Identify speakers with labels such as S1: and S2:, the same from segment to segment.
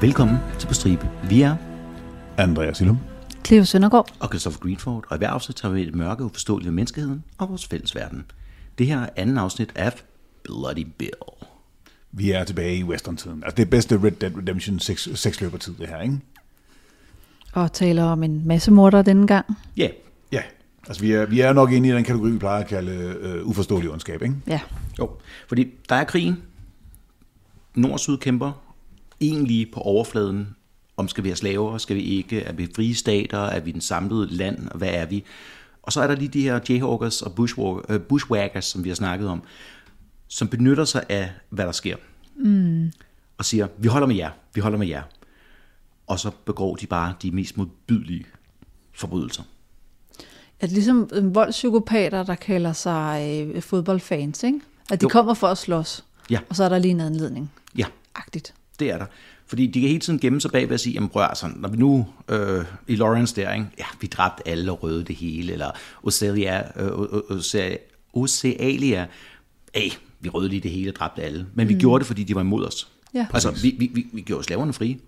S1: Velkommen til På Stribe. Vi er
S2: Andreas Illum.
S3: Cleo Søndergaard.
S1: og Christopher Greenford, og i hver afsnit tager vi et mørke uforståeligt af menneskeheden og vores fælles verden. Det her er anden afsnit af Bloody Bill.
S2: Vi er tilbage i western-tiden. Altså det er bedste Red Dead Redemption 6, 6 løbertid, det her, ikke?
S3: Og taler om en masse morder denne gang.
S1: Ja, yeah.
S2: Ja. Altså vi er, vi er nok inde i den kategori, vi plejer at kalde øh, uforståelig ondskab, ikke?
S3: Ja.
S1: jo, fordi der er krigen. Nord og Syd kæmper egentlig på overfladen. Om skal vi have slaver, skal vi ikke? Er vi frie stater? Er vi den samlede land? Hvad er vi? Og så er der lige de her jayhawkers og bushwalk- øh, bushwhackers, som vi har snakket om, som benytter sig af, hvad der sker. Mm. Og siger, vi holder med jer, vi holder med jer. Og så begår de bare de mest modbydelige forbrydelser.
S3: At ligesom øh, voldspsykopater, der kalder sig øh, fodboldfans, ikke? At de
S1: Jo.
S3: jo. kommer for at slås.
S1: Ja.
S3: Og så er der lige en anledning.
S1: Ja,
S3: Agtigt.
S1: Det er der. Fordi de kan hele tiden gemme sig bag ved at sige, jamen prøv at høre, sådan, når vi nu øh, i Lawrence der, ikke? ja, vi dræbte alle og røde det hele, eller Ocelia, øh, Ocelia, Ocealia, hey, vi røde lige det hele og dræbte alle. Men vi mm. gjorde det, fordi de var imod os.
S3: Ja.
S1: Altså, vi, vi, vi, vi gjorde slaverne frie.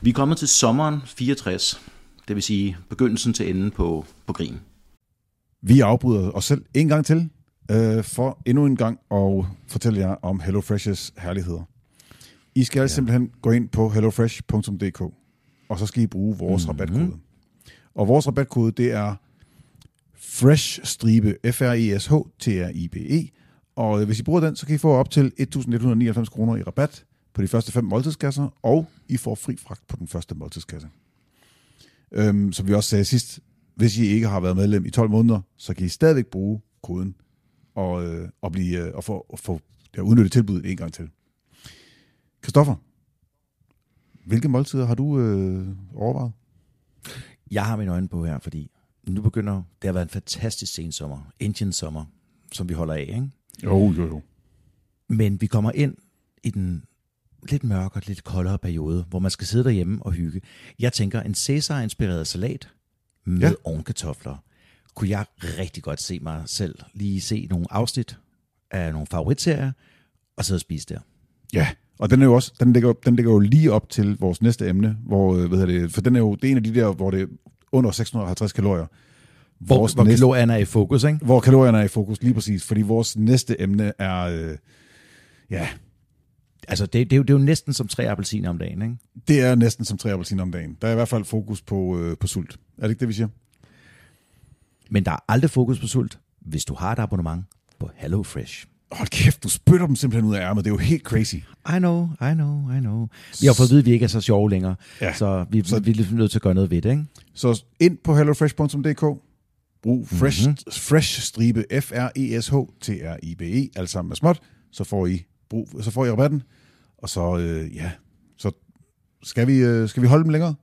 S1: Vi er kommet til sommeren 64, det vil sige begyndelsen til enden på, på krigen.
S2: Vi afbryder os selv en gang til, øh, for endnu en gang at fortælle jer om HelloFresh's herligheder. I skal ja. simpelthen gå ind på hellofresh.dk, og så skal I bruge vores mm-hmm. rabatkode. Og vores rabatkode, det er FRESH-stribe, E F-R-E-S-H-T-R-I-B-E, E. og hvis I bruger den, så kan I få op til 1.199 kroner i rabat på de første fem måltidskasser, og I får fri fragt på den første måltidskasse. Øhm, som vi også sagde sidst, hvis I ikke har været medlem i 12 måneder, så kan I stadigvæk bruge koden og, øh, og, blive, øh, og få, og få ja, udnyttet tilbuddet en gang til. Kristoffer, hvilke måltider har du øh, overvejet?
S4: Jeg har mine øjne på her, fordi nu begynder det at være en fantastisk sensommer, Indian sommer, som vi holder af. Ikke?
S2: Jo, jo, jo.
S4: Men vi kommer ind i den lidt mørkere, lidt koldere periode, hvor man skal sidde derhjemme og hygge. Jeg tænker, en Cæsar-inspireret salat med
S2: Ja.
S4: ja. ovenkartofler, kunne jeg rigtig godt se mig selv lige se nogle afsnit af nogle favoritserier, og sidde og spise der.
S2: Ja, og den, er jo også, den, ligger, den ligger jo lige op til vores næste emne, hvor, øh, hvad hedder det, for den er jo, det er en af de der, hvor det er under 650 kalorier.
S4: Hvor, hvor kalorierne er i fokus, ikke?
S2: hvor kalorierne er i fokus, lige præcis, fordi vores næste emne er, øh, ja,
S4: Altså, det, det, er jo, det er jo næsten som tre appelsiner om dagen, ikke?
S2: Det er næsten som tre appelsiner om dagen. Der er i hvert fald fokus på, øh, på sult. Er det ikke det, vi siger?
S4: Men der er aldrig fokus på sult, hvis du har et abonnement på HelloFresh.
S2: Hold kæft, du spytter dem simpelthen ud af ærmet. Det er jo helt crazy.
S4: I know, I know, I know. Vi har fået at vide, at vi ikke er så sjove længere,
S2: Ja,
S4: ja. så vi,
S2: så-
S4: så... vi er lidt nødt til at gøre noget ved det, ikke?
S2: Så ind på hellofresh.dk.
S4: Mhm.
S2: Brug fresh, mm-hmm. fresh stribe E F-R-E-S-H-T-R-I-B-E, E, alt sammen med småt. Så får I, brug, så får I rabatten. Og så, øh, ja, så skal vi, øh, skal vi holde dem længere?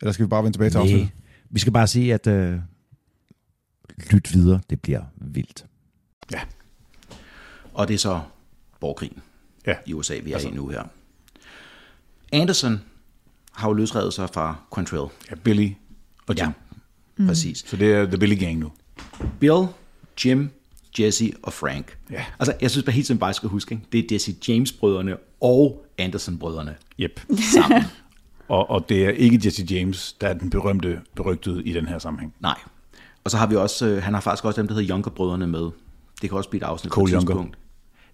S2: Eller skal vi bare vende tilbage til afsnittet?
S4: Nej. Vi skal bare sige, at øh, lyt videre, det bliver vildt.
S2: Ja.
S1: Og det er så borgerkrigen
S2: Ja.
S1: i USA, vi er altså. i nu her. Anderson har jo løsredet sig fra Quantrill.
S2: ja, Billy.
S1: Og Jim. Ja, præcis.
S2: Så det er The Billy Gang nu.
S1: Bill, Jim, Jesse og Frank.
S2: Ja.
S1: Altså, jeg synes bare hele tiden bare, jeg skal huske, ikke? det er Jesse James-brødrene og Anderson-brødrene
S2: Yep.
S1: sammen.
S2: Og, og det er ikke Jesse James, der er den berømte, berygtede i den her sammenhæng.
S1: Nej. Og så har vi også, øh, han har faktisk også dem, der hedder Junker-brødrene med. Det kan også blive et afsnit
S2: Cole
S1: på et
S2: Junker.
S1: tidspunkt.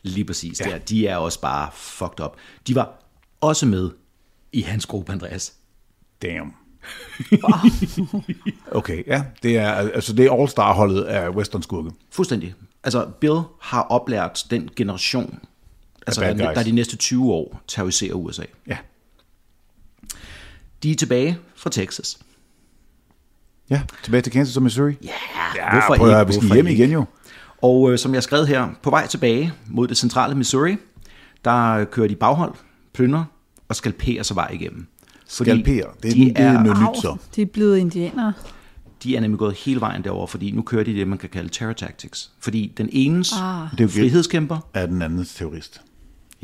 S1: Lige præcis. Ja. Der. De er også bare fucked up. De var også med i hans gruppe, Andreas.
S2: Damn. okay, ja. Det er, altså, det er all-star-holdet af Western Skurke.
S1: Fuldstændig. Altså, Bill har oplært den generation, altså,
S2: bad
S1: der,
S2: guys.
S1: der de næste 20 år terroriserer USA.
S2: Ja.
S1: De er tilbage fra Texas.
S2: ja. Tilbage til Kansas og Missouri.
S1: Ja,
S2: Hvorfor prøv, ikke? Vi skal hjem igen jo.
S1: Og øh, som jeg skrev her, på vej tilbage mod det centrale Missouri, der kører de baghold, plynder og skalperer sig vej igennem. Fordi
S2: Skalperer. Det er-
S1: de
S2: det er
S1: er,
S2: noget-
S1: er,
S2: nyt
S3: Au,
S2: så.
S3: de er blevet indianere.
S1: de er nemlig gået hele vejen derover, fordi nu kører de det, man kan kalde terror tactics. Fordi den enes ah.
S3: Ah.
S2: Det er jo galt.
S1: frihedskæmper,
S2: Af den andens terrorist.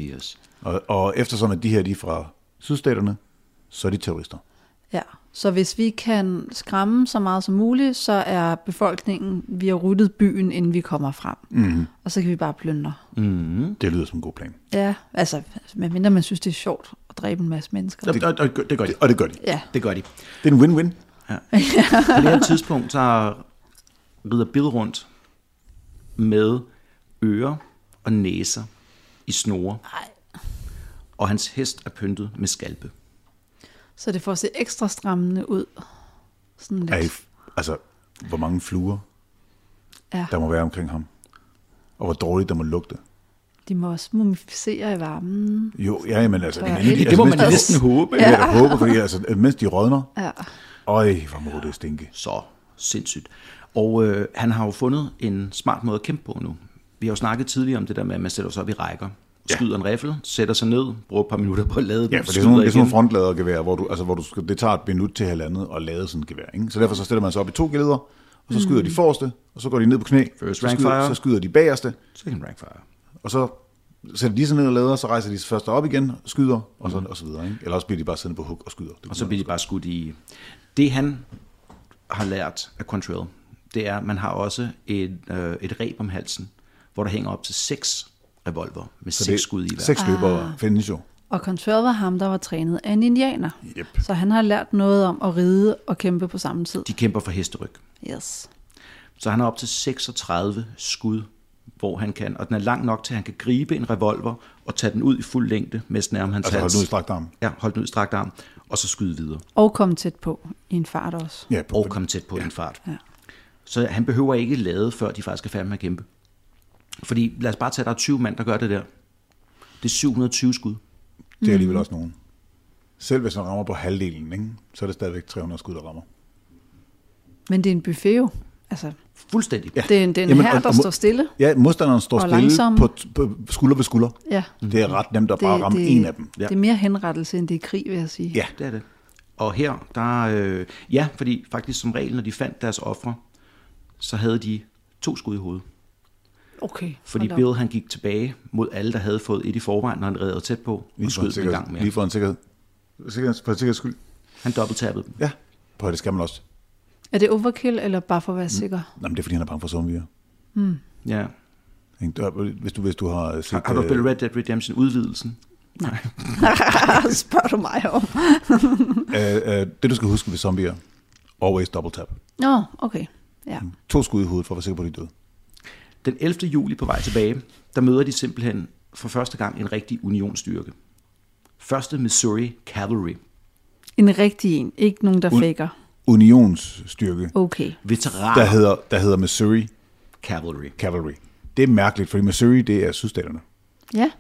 S1: yes.
S2: Og, og eftersom at de her de er fra sydstaterne, så er de terrorister.
S3: Ja, så hvis vi kan skræmme så meget som muligt, så er befolkningen, vi har ruttet byen, inden vi kommer frem.
S1: Mhm.
S3: Mm. Og så kan vi bare plyndre.
S1: Mm.
S2: Det lyder som en god plan.
S3: Ja, altså, medmindre man synes, det er sjovt at dræbe en masse mennesker.
S1: Det, og, og, det gør de.
S2: Og det gør de.
S3: Ja,
S1: Det gør de.
S2: Det er en win-win.
S1: På det her tidspunkt, så rider Bill rundt med ører og næser i snore.
S3: Ej.
S1: Og hans hest er pyntet med skalpe.
S3: så det får at se ekstra strammende ud. Sådan lidt.
S2: Er I, altså, hvor mange fluer
S3: Ja,
S2: der må være omkring ham. Og hvor dårligt der må lugte.
S3: de må også mumificere i varmen.
S2: Jo, ja, men altså...
S3: Ja,
S2: Men,
S3: det-
S2: altså,
S1: Det må man
S2: mens de-
S1: næsten håbe.
S2: Ja. Jeg da håber, fordi altså, mens de rådner,
S3: Ja,
S2: øj, hvor må det stinke.
S1: Så sindssygt. Og øh, han har jo fundet en smart måde at kæmpe på nu. Vi har jo snakket tidligere om det der med, at man sætter sig op i rækker, skyder en riffel, sætter sig ned, bruger et par minutter på at lade den,
S2: Ja, for det er
S1: skyder
S2: sådan, nogle- det er sådan nogle
S1: igen.
S2: frontladergevær, hvor du, altså, hvor du skal, det tager et minut til halvandet at lade sådan et gevær. Ikke? Så derfor så stiller man sig op i to geleder, og så skyder mm. de forreste, og så går de ned på knæ,
S1: First
S2: så,
S1: rank
S2: skyder,
S1: fire.
S2: så skyder de bagerste,
S1: Second rank fire.
S2: og så sætter de sig ned og lader, så rejser de sig først op igen, skyder, og så, og så videre. Ikke? Eller også bliver de bare siddende på hug og skyder. Det
S1: Mm. Og så bliver de bare skudt i... Det han har lært af Quantrill, det er, at man har også et, øh, et reb om halsen, hvor der hænger op til seks revolver med
S2: så
S1: seks skud i hver.
S2: Seks løbere findes jo.
S3: og Control var ham, der var trænet af en indianer.
S2: Yep.
S3: Så han har lært noget om at ride og kæmpe på samme tid.
S1: De kæmper for hesteryg.
S3: Yes.
S1: Så han har op til 36 skud, hvor han kan. Og den er lang nok til, at han kan gribe en revolver og tage den ud i fuld længde, mest nærmere hans
S2: Altså hold
S1: hals.
S2: nu i strakt arm.
S1: Ja, holde den ud i strakt arm, og så skyde videre.
S3: Og komme tæt på i en fart også.
S2: Ja, på,
S1: Og komme tæt på ja. en fart.
S3: Ja.
S1: Så han behøver ikke lade, før de faktisk er færdige med at kæmpe. Fordi lad os bare tage, at der er 20 mand, der gør det der. Det er 720 skud.
S2: det
S3: Mhm.
S2: er alligevel også nogen. Selv hvis man rammer på halvdelen, ikke? så er det stadigvæk 300 skud, der rammer.
S3: Men det er en buffet jo. Altså,
S1: Fuldstændig.
S3: det er en, det er en
S2: Jamen,
S3: her,
S2: og-
S3: der
S2: og må-
S3: står stille.
S2: Ja, modstanderen står
S3: Og
S2: stille
S3: langsomme.
S2: på, på, skulder ved skulder.
S3: Ja.
S2: Det er ret nemt at bare ramme
S3: det,
S2: en af dem.
S1: Ja.
S3: Det er mere henrettelse, end det er krig, vil jeg sige.
S2: Ja,
S1: Det er det. Og her, der... Øh, ja, fordi faktisk som regel, når de fandt deres ofre, så havde de to skud i hovedet.
S3: Okay.
S1: Fordi
S3: hold op.
S1: Bill han gik tilbage mod alle, der havde fået et i forvejen, når han redder tæt på, og
S2: lige for, en
S1: skød dem en gang
S2: sikkerhed, lige
S1: mere.
S2: for en sikkerhed. Sikkerhed, for en sikkerheds skyld.
S1: Han dobbelttappede dem.
S2: Ja, på det skal man også.
S3: Er det overkill, eller bare for at være
S2: Mm.
S3: sikker?
S2: Nå, men det er fordi, han er bange for zombier.
S1: Ja.
S2: Ikke? Der- Hvis du, hvis du har set...
S1: Har, har du
S2: øh,
S1: spillet Red Dead Redemption udvidelsen? Nej.
S3: Spørger du mig om?
S2: øh, øh, det, du skal huske ved zombier, always double tap.
S3: Nå, okay. Ja.
S2: To skud i hovedet for at være sikker på, at de er døde.
S1: Den 11. juli på vej tilbage, der møder de simpelthen for første gang en rigtig unionsstyrke. Første Missouri Cavalry.
S3: En rigtig en. Ikke nogen, der
S2: Un-
S3: faker.
S2: Unionsstyrke,
S3: Okay.
S2: der
S3: Ah.
S1: Veteraner
S2: hedder, der hedder Missouri
S1: Cavalry.
S2: Cavalry. Det er mærkeligt, fordi Missouri, det er sydstaterne.
S3: Ja,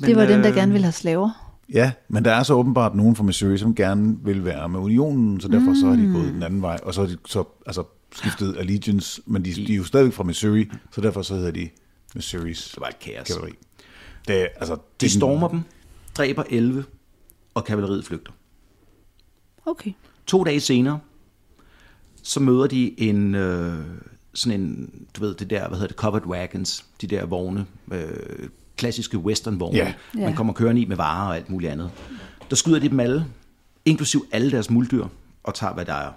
S3: det var
S1: øh,
S3: den, der gerne ville have slaver.
S2: Ja, men der er så åbenbart nogen fra Missouri, som gerne vil være med unionen, så derfor mm. så har de gået den anden vej, og så har de så, altså, skiftet allegiance, men de, de er jo stadigvæk fra Missouri, så derfor så hedder de Missouris
S1: Det var et kaos.
S2: kavaleri. Det, er- altså, det er
S1: De
S2: den-
S1: stormer dem, dræber 11, og kavaleriet flygter.
S3: Okay.
S1: To dage senere, så møder de en, øh, sådan en, du ved, det der, hvad hedder det, covered wagons, de der vogne, øh, klassiske westernvogne,
S2: Ja.
S1: man
S3: Ja.
S1: kommer kørende i med varer og alt muligt andet. Der skyder de dem alle, inklusiv alle deres muldyr, og tager, hvad der er,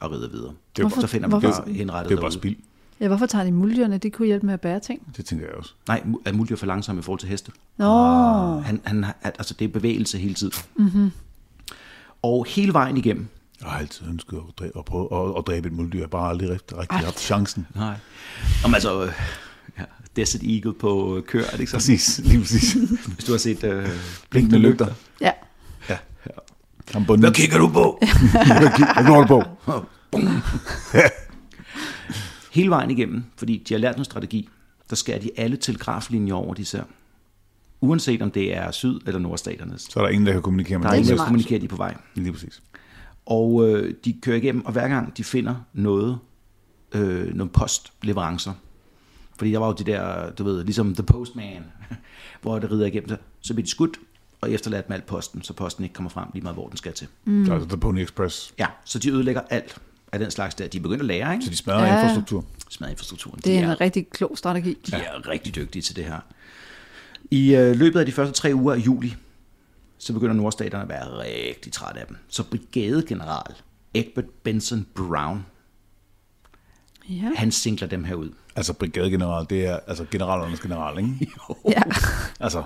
S1: og rider videre.
S2: Det er jo
S3: Hvorfor-
S1: så finder man
S3: hvorfor-
S1: bare henrettet
S2: Det er jo bare
S1: derude.
S2: spild.
S3: Ja, hvorfor tager de muljerne? Det kunne hjælpe med at bære ting.
S2: Det tænker jeg også.
S1: Nej, mu- er muldyr for langsomme i forhold til heste?
S3: Nå,
S1: Oh. Han, han, har- altså, det er bevægelse hele tiden. Mm-hmm.
S3: Mhm.
S1: Og hele vejen igennem,
S2: Jeg har altid ønsket at, dræbe, at prøve at, at dræbe et muldyr. Jeg har bare aldrig rigtig, rigtig haft chancen.
S1: Nej. Om altså, øh, ja, Desert Eagle på øh, køer, er det ikke sådan?
S2: Præcis, lige præcis.
S1: Hvis du har set øh,
S2: Blinkende lygter.
S3: ja.
S2: Ham bunden.
S1: Hvad kigger du på?
S2: Jeg kan holde på.
S1: Hele vejen igennem, fordi de har lært noget strategi, der skærer de alle telegraflinjer over, de ser. Uanset om det er syd- eller nordstaternes.
S2: Så er der ingen, der kan kommunikere med
S1: Der er
S2: nogen.
S1: ingen, der
S3: smart.
S1: kommunikerer de er på vej.
S2: Lige præcis.
S1: Og øh, de kører igennem, og hver gang de finder noget, øh, nogle postleverancer, fordi der var jo de der, du ved, ligesom The Postman, hvor det rider igennem sig, så bliver de skudt og efterladt med alt posten, så posten ikke kommer frem lige meget, hvor den skal til. Mm.
S2: Der er altså The Pony Express.
S1: Ja, så de ødelægger alt af den slags der. De er begyndt at lære,
S2: Så
S1: ikke?
S2: de smadrer
S3: Ja.
S2: ja. infrastruktur.
S1: Smadre infrastrukturen.
S3: Det
S1: de
S3: er en rigtig klog strategi.
S1: de er rigtig dygtige til det her. I øh, løbet af de første tre uger af juli, så begynder nordstaterne at være rigtig trætte af dem. Så brigadegeneral Egbert Benson Brown,
S3: Ja.
S1: han singler dem her ud.
S2: Altså brigadegeneral, det er altså generalernes general, ikke?
S3: ja.
S2: Altså,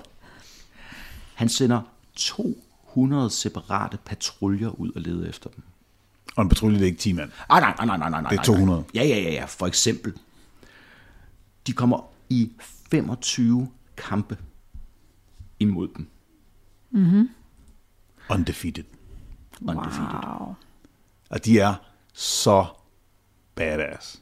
S1: Han sender 200 separate patruljer ud og leder efter dem.
S2: og en patrulje, det er ikke 10 mand.
S1: Ej, Ah, nej, nej, nej, nej, nej. nej,
S2: Det er 200.
S1: Nej. Ja, ja, ja, ja, for eksempel. De kommer i 25 kampe imod dem.
S2: Undefeated.
S1: Undefeated.
S3: Wow.
S2: Og de er så badass.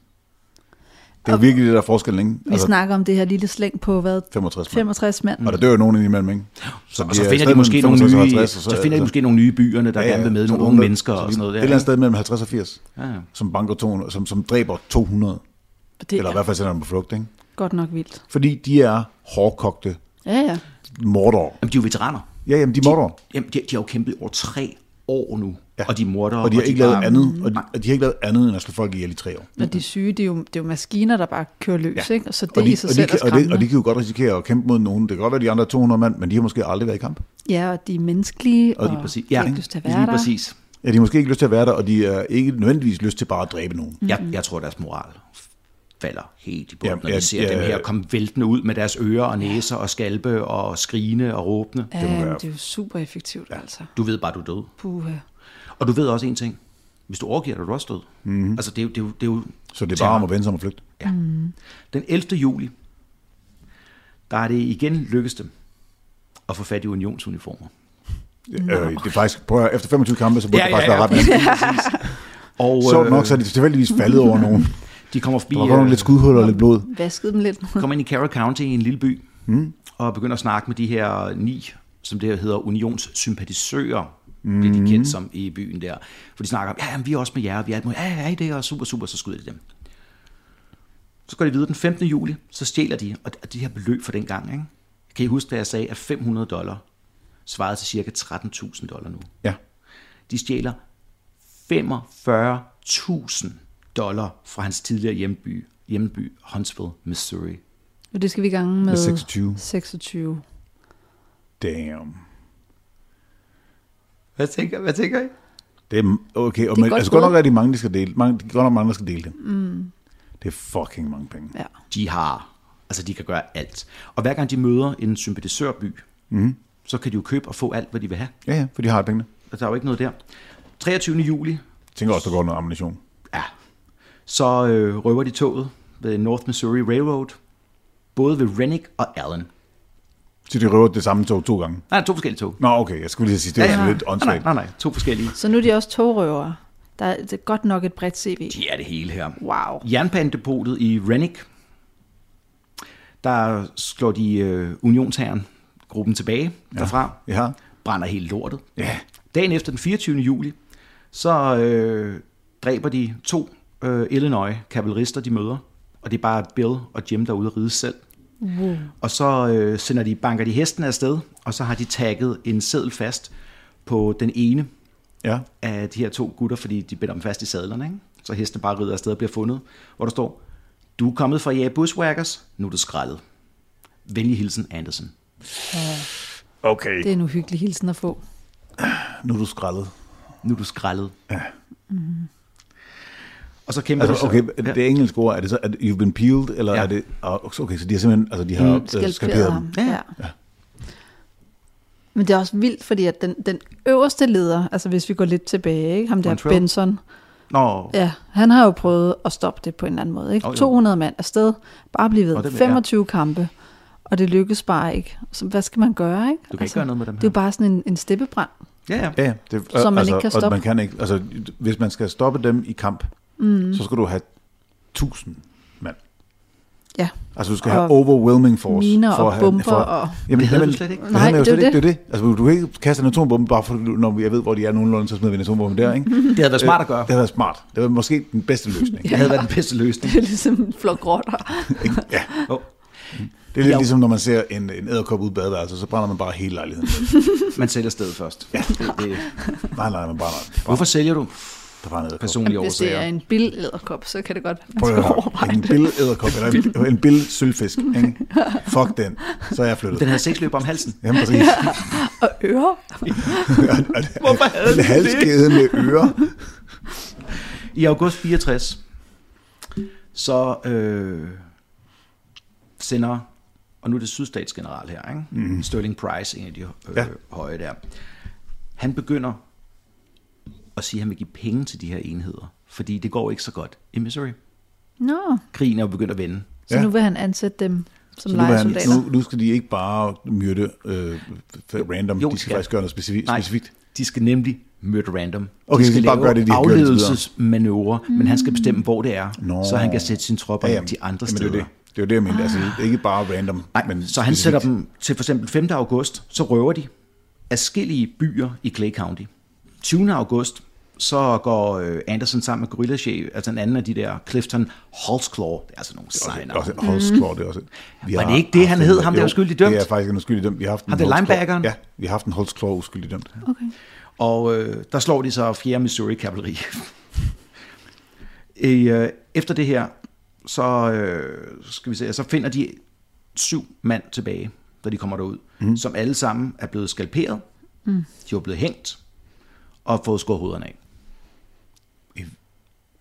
S2: Det er jo virkelig det, der er forskellen, ikke?
S3: Vi altså, snakker om det her lille slæng på, hvad?
S2: 65 mand.
S3: 65 mand.
S2: Og der dør jo nogen indimellem, ikke?
S1: Og så finder de måske nogle nye, så, finder de
S2: de
S1: måske nogle nye i byerne, der ja, ja, gerne vil med, nogle unge mennesker og sådan noget der.
S2: Et eller andet sted mellem 50 og 80,
S1: Ja, ja.
S2: som, banker 200, som, som dræber 200.
S3: det
S2: Eller i
S3: er
S2: hvert fald sender dem på flugt, ikke?
S3: godt nok vildt.
S2: Fordi de er hårdkogte
S3: Ja, ja.
S2: mordere.
S1: Jamen, de er jo veteraner.
S2: Ja, jamen, de er mordere.
S1: Jamen, de, de har jo kæmpet over tre år nu,
S2: Ja.
S1: ja. og de er mordere.
S2: Og de har ikke lavet
S1: bare-
S2: andet, og de, og de har ikke lavet andet end at slå folk ihjel i tre år.
S3: Og de syge, Mm. det er, jo, det er jo maskiner, der bare kører løs, ja. ikke? Så det
S2: og de,
S3: i sig
S2: og, de
S3: selv er
S2: kan, og,
S3: skræmmende.
S2: de, og de kan jo godt risikere at kæmpe mod nogen. Det kan godt være, at de andre er 200 mand, men de har måske aldrig været i kamp.
S3: Ja, og de er menneskelige, og,
S1: Lige præcis.
S3: de
S1: Ja,
S3: har ikke lyst til at være
S1: lige
S3: der.
S1: præcis.
S2: Ja, de har måske ikke lyst til at være der, og de er ikke nødvendigvis lyst til bare at dræbe nogen.
S1: Jeg, jeg tror, deres moral falder helt i bunden,
S2: Jamen,
S1: når
S2: jeg-
S1: de ser
S2: jeg-
S1: dem her komme væltende ud med deres ører og næser og skalpe og skrigende og råbende.
S3: Ja,
S2: må
S3: det,
S2: være-
S3: det er jo super effektivt, ja. altså.
S1: Du ved bare, du er død.
S3: Puha.
S1: Og du ved også en ting. Hvis du overgiver dig, er du også død. Mm-hmm. Altså, det er, jo- det, er, jo- det er jo...
S2: Så det er bare
S1: terror.
S2: om at vende sig om og flygte.
S1: Ja. Den 11. juli, der er det igen lykkedes dem at få fat i unionsuniformer.
S2: Øh, det er faktisk, prøv at, høre, efter 25 kampe, så burde ja, det faktisk ja, ja. være ret
S1: Lige præcis. Og øh,
S2: nemt. Sjovt nok, så er de tilfældigvis faldet over nogen.
S1: de kommer forbi,
S2: Der var godt nok
S1: øh,
S2: lidt skudhuller og lidt blod.
S3: Vaskede dem lidt.
S1: kommer ind i Carroll County i en lille by, mm. og begynder at snakke med de her ni, som det hedder, unionssympatisører, mm. bliver de kendt som i byen der. For de snakker om, ja, jamen, vi er også med jer, og vi er alt muligt. Ja, ja, ja, I det, og super, super, så skyder de dem. Så går de videre den 15. juli, så stjæler de, og og de her beløb for dengang, ikke? kan I huske, da jeg sagde, at 500 dollar svarede til cirka 13.000 dollar nu.
S2: Ja.
S1: De stjæler 45.000 dollar fra hans tidligere hjemby, hjemby Huntsville, Missouri.
S3: Og det skal vi gange med,
S2: Med 26.
S3: 26.
S2: Damn.
S1: Hvad tænker, hvad tænker I?
S2: Det er, okay, og
S3: Det er
S2: men,
S3: godt
S2: altså godt nok
S3: gået.
S2: er de mange, der skal dele. Mange, de er godt nok mange, der skal dele det. Mm. Det er fucking mange penge.
S3: Ja.
S1: De har, altså de kan gøre alt. Og hver gang de møder en sympatisørby, mm. så kan de jo købe og få alt, hvad de vil have.
S2: Ja, ja, for de har pengene.
S1: Og der er jo ikke noget der. 23. juli,
S2: Jeg tænker også, der går noget ammunition.
S1: ja, så øh, røver de toget ved North Missouri Railroad, både ved Rennick og Allen.
S2: Så de røver det samme tog to gange.
S1: Nej, to forskellige tog.
S2: Nå, okay, jeg skulle lige sige, det var
S1: Ja,
S2: ja,
S1: ja.
S2: lidt
S1: Nej,
S2: åndssvagt.
S1: nej, nej, to forskellige.
S3: Så nu er de også togrøvere. Der er, det er godt nok et bredt CV.
S1: De er det hele her.
S3: Wow.
S1: Jernbanedepotet i Rennick, der slår de øh, unionsherren, gruppen tilbage derfra.
S2: Ja,
S1: brænder hele lortet.
S2: Ja.
S1: Dagen efter den 24. juli, så øh, dræber de to øh, Illinois-kavalerister, de møder. Og det er bare Bill og Jim, der er ude at ride selv.
S3: Wow.
S1: Og så øh, sender de, banker de hesten afsted, og så har de tagget en seddel fast på den ene
S2: ja.
S1: af de her to gutter, fordi de binder dem fast i sadlerne. Ikke? Så hesten bare rider afsted og bliver fundet, hvor der står, du er kommet fra ja, Bushwhackers, nu er du skrællet. Venlig hilsen, Anderson.
S2: Okay,
S3: Det er en uhyggelig hilsen at få.
S2: nu er du skrællet.
S1: Nu er du skrællet. Ja. Mm. Og så kæmper
S2: Altså,
S1: de
S2: okay,
S1: så.
S2: det engelske ord, er det så, at you've been peeled, eller ja.
S1: Ja.
S2: er det... ah, Okay, så de har simpelthen, altså de har
S3: Mm,
S2: mm,
S3: Skalperet
S2: skalperet
S3: ham.
S2: dem.
S1: Ja,
S3: Ja. ja. Men det er også vildt, fordi at den, den øverste leder, altså hvis vi går lidt tilbage, ikke? ham der
S1: Montreal.
S3: Benson,
S1: Nå,
S3: Ja, han har jo prøvet at stoppe det på en eller anden måde. Ikke?
S1: Jo,
S3: Oh,
S1: jo.
S3: 200 mand afsted, bare blive ved.
S1: Og det- ja.
S3: 25 kampe, og det lykkes bare ikke. Så hvad skal man gøre? Ikke? Altså,
S1: Du kan ikke gøre noget med dem
S3: Det er jo
S1: her.
S3: bare sådan en, en steppebrand.
S1: ja, ja.
S2: Ja, ja. Det,
S3: Som man ikke kan
S2: og
S3: stoppe.
S2: Man kan ikke, altså, hvis man skal stoppe dem i kamp, mm. så skal du have 1000 mand.
S3: Ja,
S2: Altså, du skal
S3: Og
S2: have overwhelming force.
S3: miner og
S2: at-
S3: bomber og-
S2: Jamen,
S1: Det havde
S2: jamen,
S1: du slet ikke.
S2: Det havde man
S3: Nej,
S2: jo
S3: det er
S2: slet
S3: jo
S2: ikke. Det er jo det. Altså, du kan ikke kaste en atombombe, bare for, når jeg ved, hvor de er nogenlunde, så smider vi en atombombe der, ikke?
S1: Det havde været smart at gøre.
S2: Det havde været smart. Det var måske den bedste løsning.
S1: Det havde været den bedste løsning.
S3: det er ligesom en flok rotter.
S2: ja.
S1: Oh.
S2: Det er lidt
S1: Ja.
S2: ligesom, når man ser en, en æderkop ude i badeværelset, så brænder man bare hele lejligheden. ned.
S1: Man sælger stedet først. Ja. Det, det.
S2: nej, nej, man brænder.
S1: Hvorfor sælger du?
S2: der var en æderkop.
S1: personlige
S3: Hvis det er
S1: årsager.
S3: en billedæderkop, så kan det godt være, man
S2: Prøv
S3: skal
S2: at høre,
S3: overveje
S2: en
S3: det.
S2: billedæderkop, eller en, en bildsølfisk. Ikke? Fuck den, så er jeg flyttet.
S1: Den havde seks løb om halsen.
S2: Jamen præcis.
S3: Og ører.
S1: Hvorfor havde
S2: En halskæde med ører.
S1: I august 64, så øh, sender, og nu er det sydstatsgeneral her, ikke? Mm. Sterling Price, en af de øh,
S2: Mhm. Ja.
S1: ja. høje der. Han begynder at sige, at han vil give penge til de her enheder, fordi det går ikke så godt i Missouri.
S3: Nå,
S1: Krigen er jo begyndt at vende.
S3: så
S2: Ja.
S3: nu vil han ansætte dem som
S2: Så nu, vil han,
S3: lejesoldater.
S2: nu, nu skal de ikke bare myrde øh, f- random,
S1: Jo,
S2: de skal
S1: ja.
S2: faktisk gøre noget specifikt.
S1: Nej,
S2: specifikt.
S1: de skal nemlig myrde random.
S2: Okay,
S1: de
S2: så
S1: skal
S2: de bare gør det, de har gjort indtil videre.
S1: afledelsesmanøvrer, men han skal bestemme, hvor det er,
S2: Nå.
S1: så han kan sætte sine tropper ja, de andre
S2: jamen,
S1: steder.
S2: Det er jo det. det, er jo det jeg mente. Altså, det er
S1: Ah.
S2: ikke bare random.
S1: Nej,
S2: men
S1: men så han
S2: specifikt.
S1: sætter dem til for eksempel 5. august, så røver de afskillige byer i Clay County. 20. august, så går øh, Anderson sammen med gorillachef, altså en anden af de der, Clifton Holsclaw, det er altså nogle
S2: Også-
S1: sejner.
S2: Også
S3: Mhm.
S2: Holsklaw, det er også. Vi
S1: Var det
S2: har
S1: ikke det,
S2: haft
S1: han
S2: en-
S1: hed, ham der
S2: jo,
S1: uskyldig dømt?
S2: Det er faktisk en uskyldig dømt. Vi har haft en
S1: Ham der
S2: Holsklaw-
S1: linebackeren?
S2: Ja, vi har haft en Holsklaw uskyldig dømt.
S3: Okay.
S1: Og øh, der slår de så 4. Missouri Kavalleri. I, øh, efter det her, så, øh, skal vi se, så finder de syv mand tilbage, da de kommer derud, mm. som alle sammen er blevet skalperet, mm. de er blevet hængt, og fået skåret hovederne af.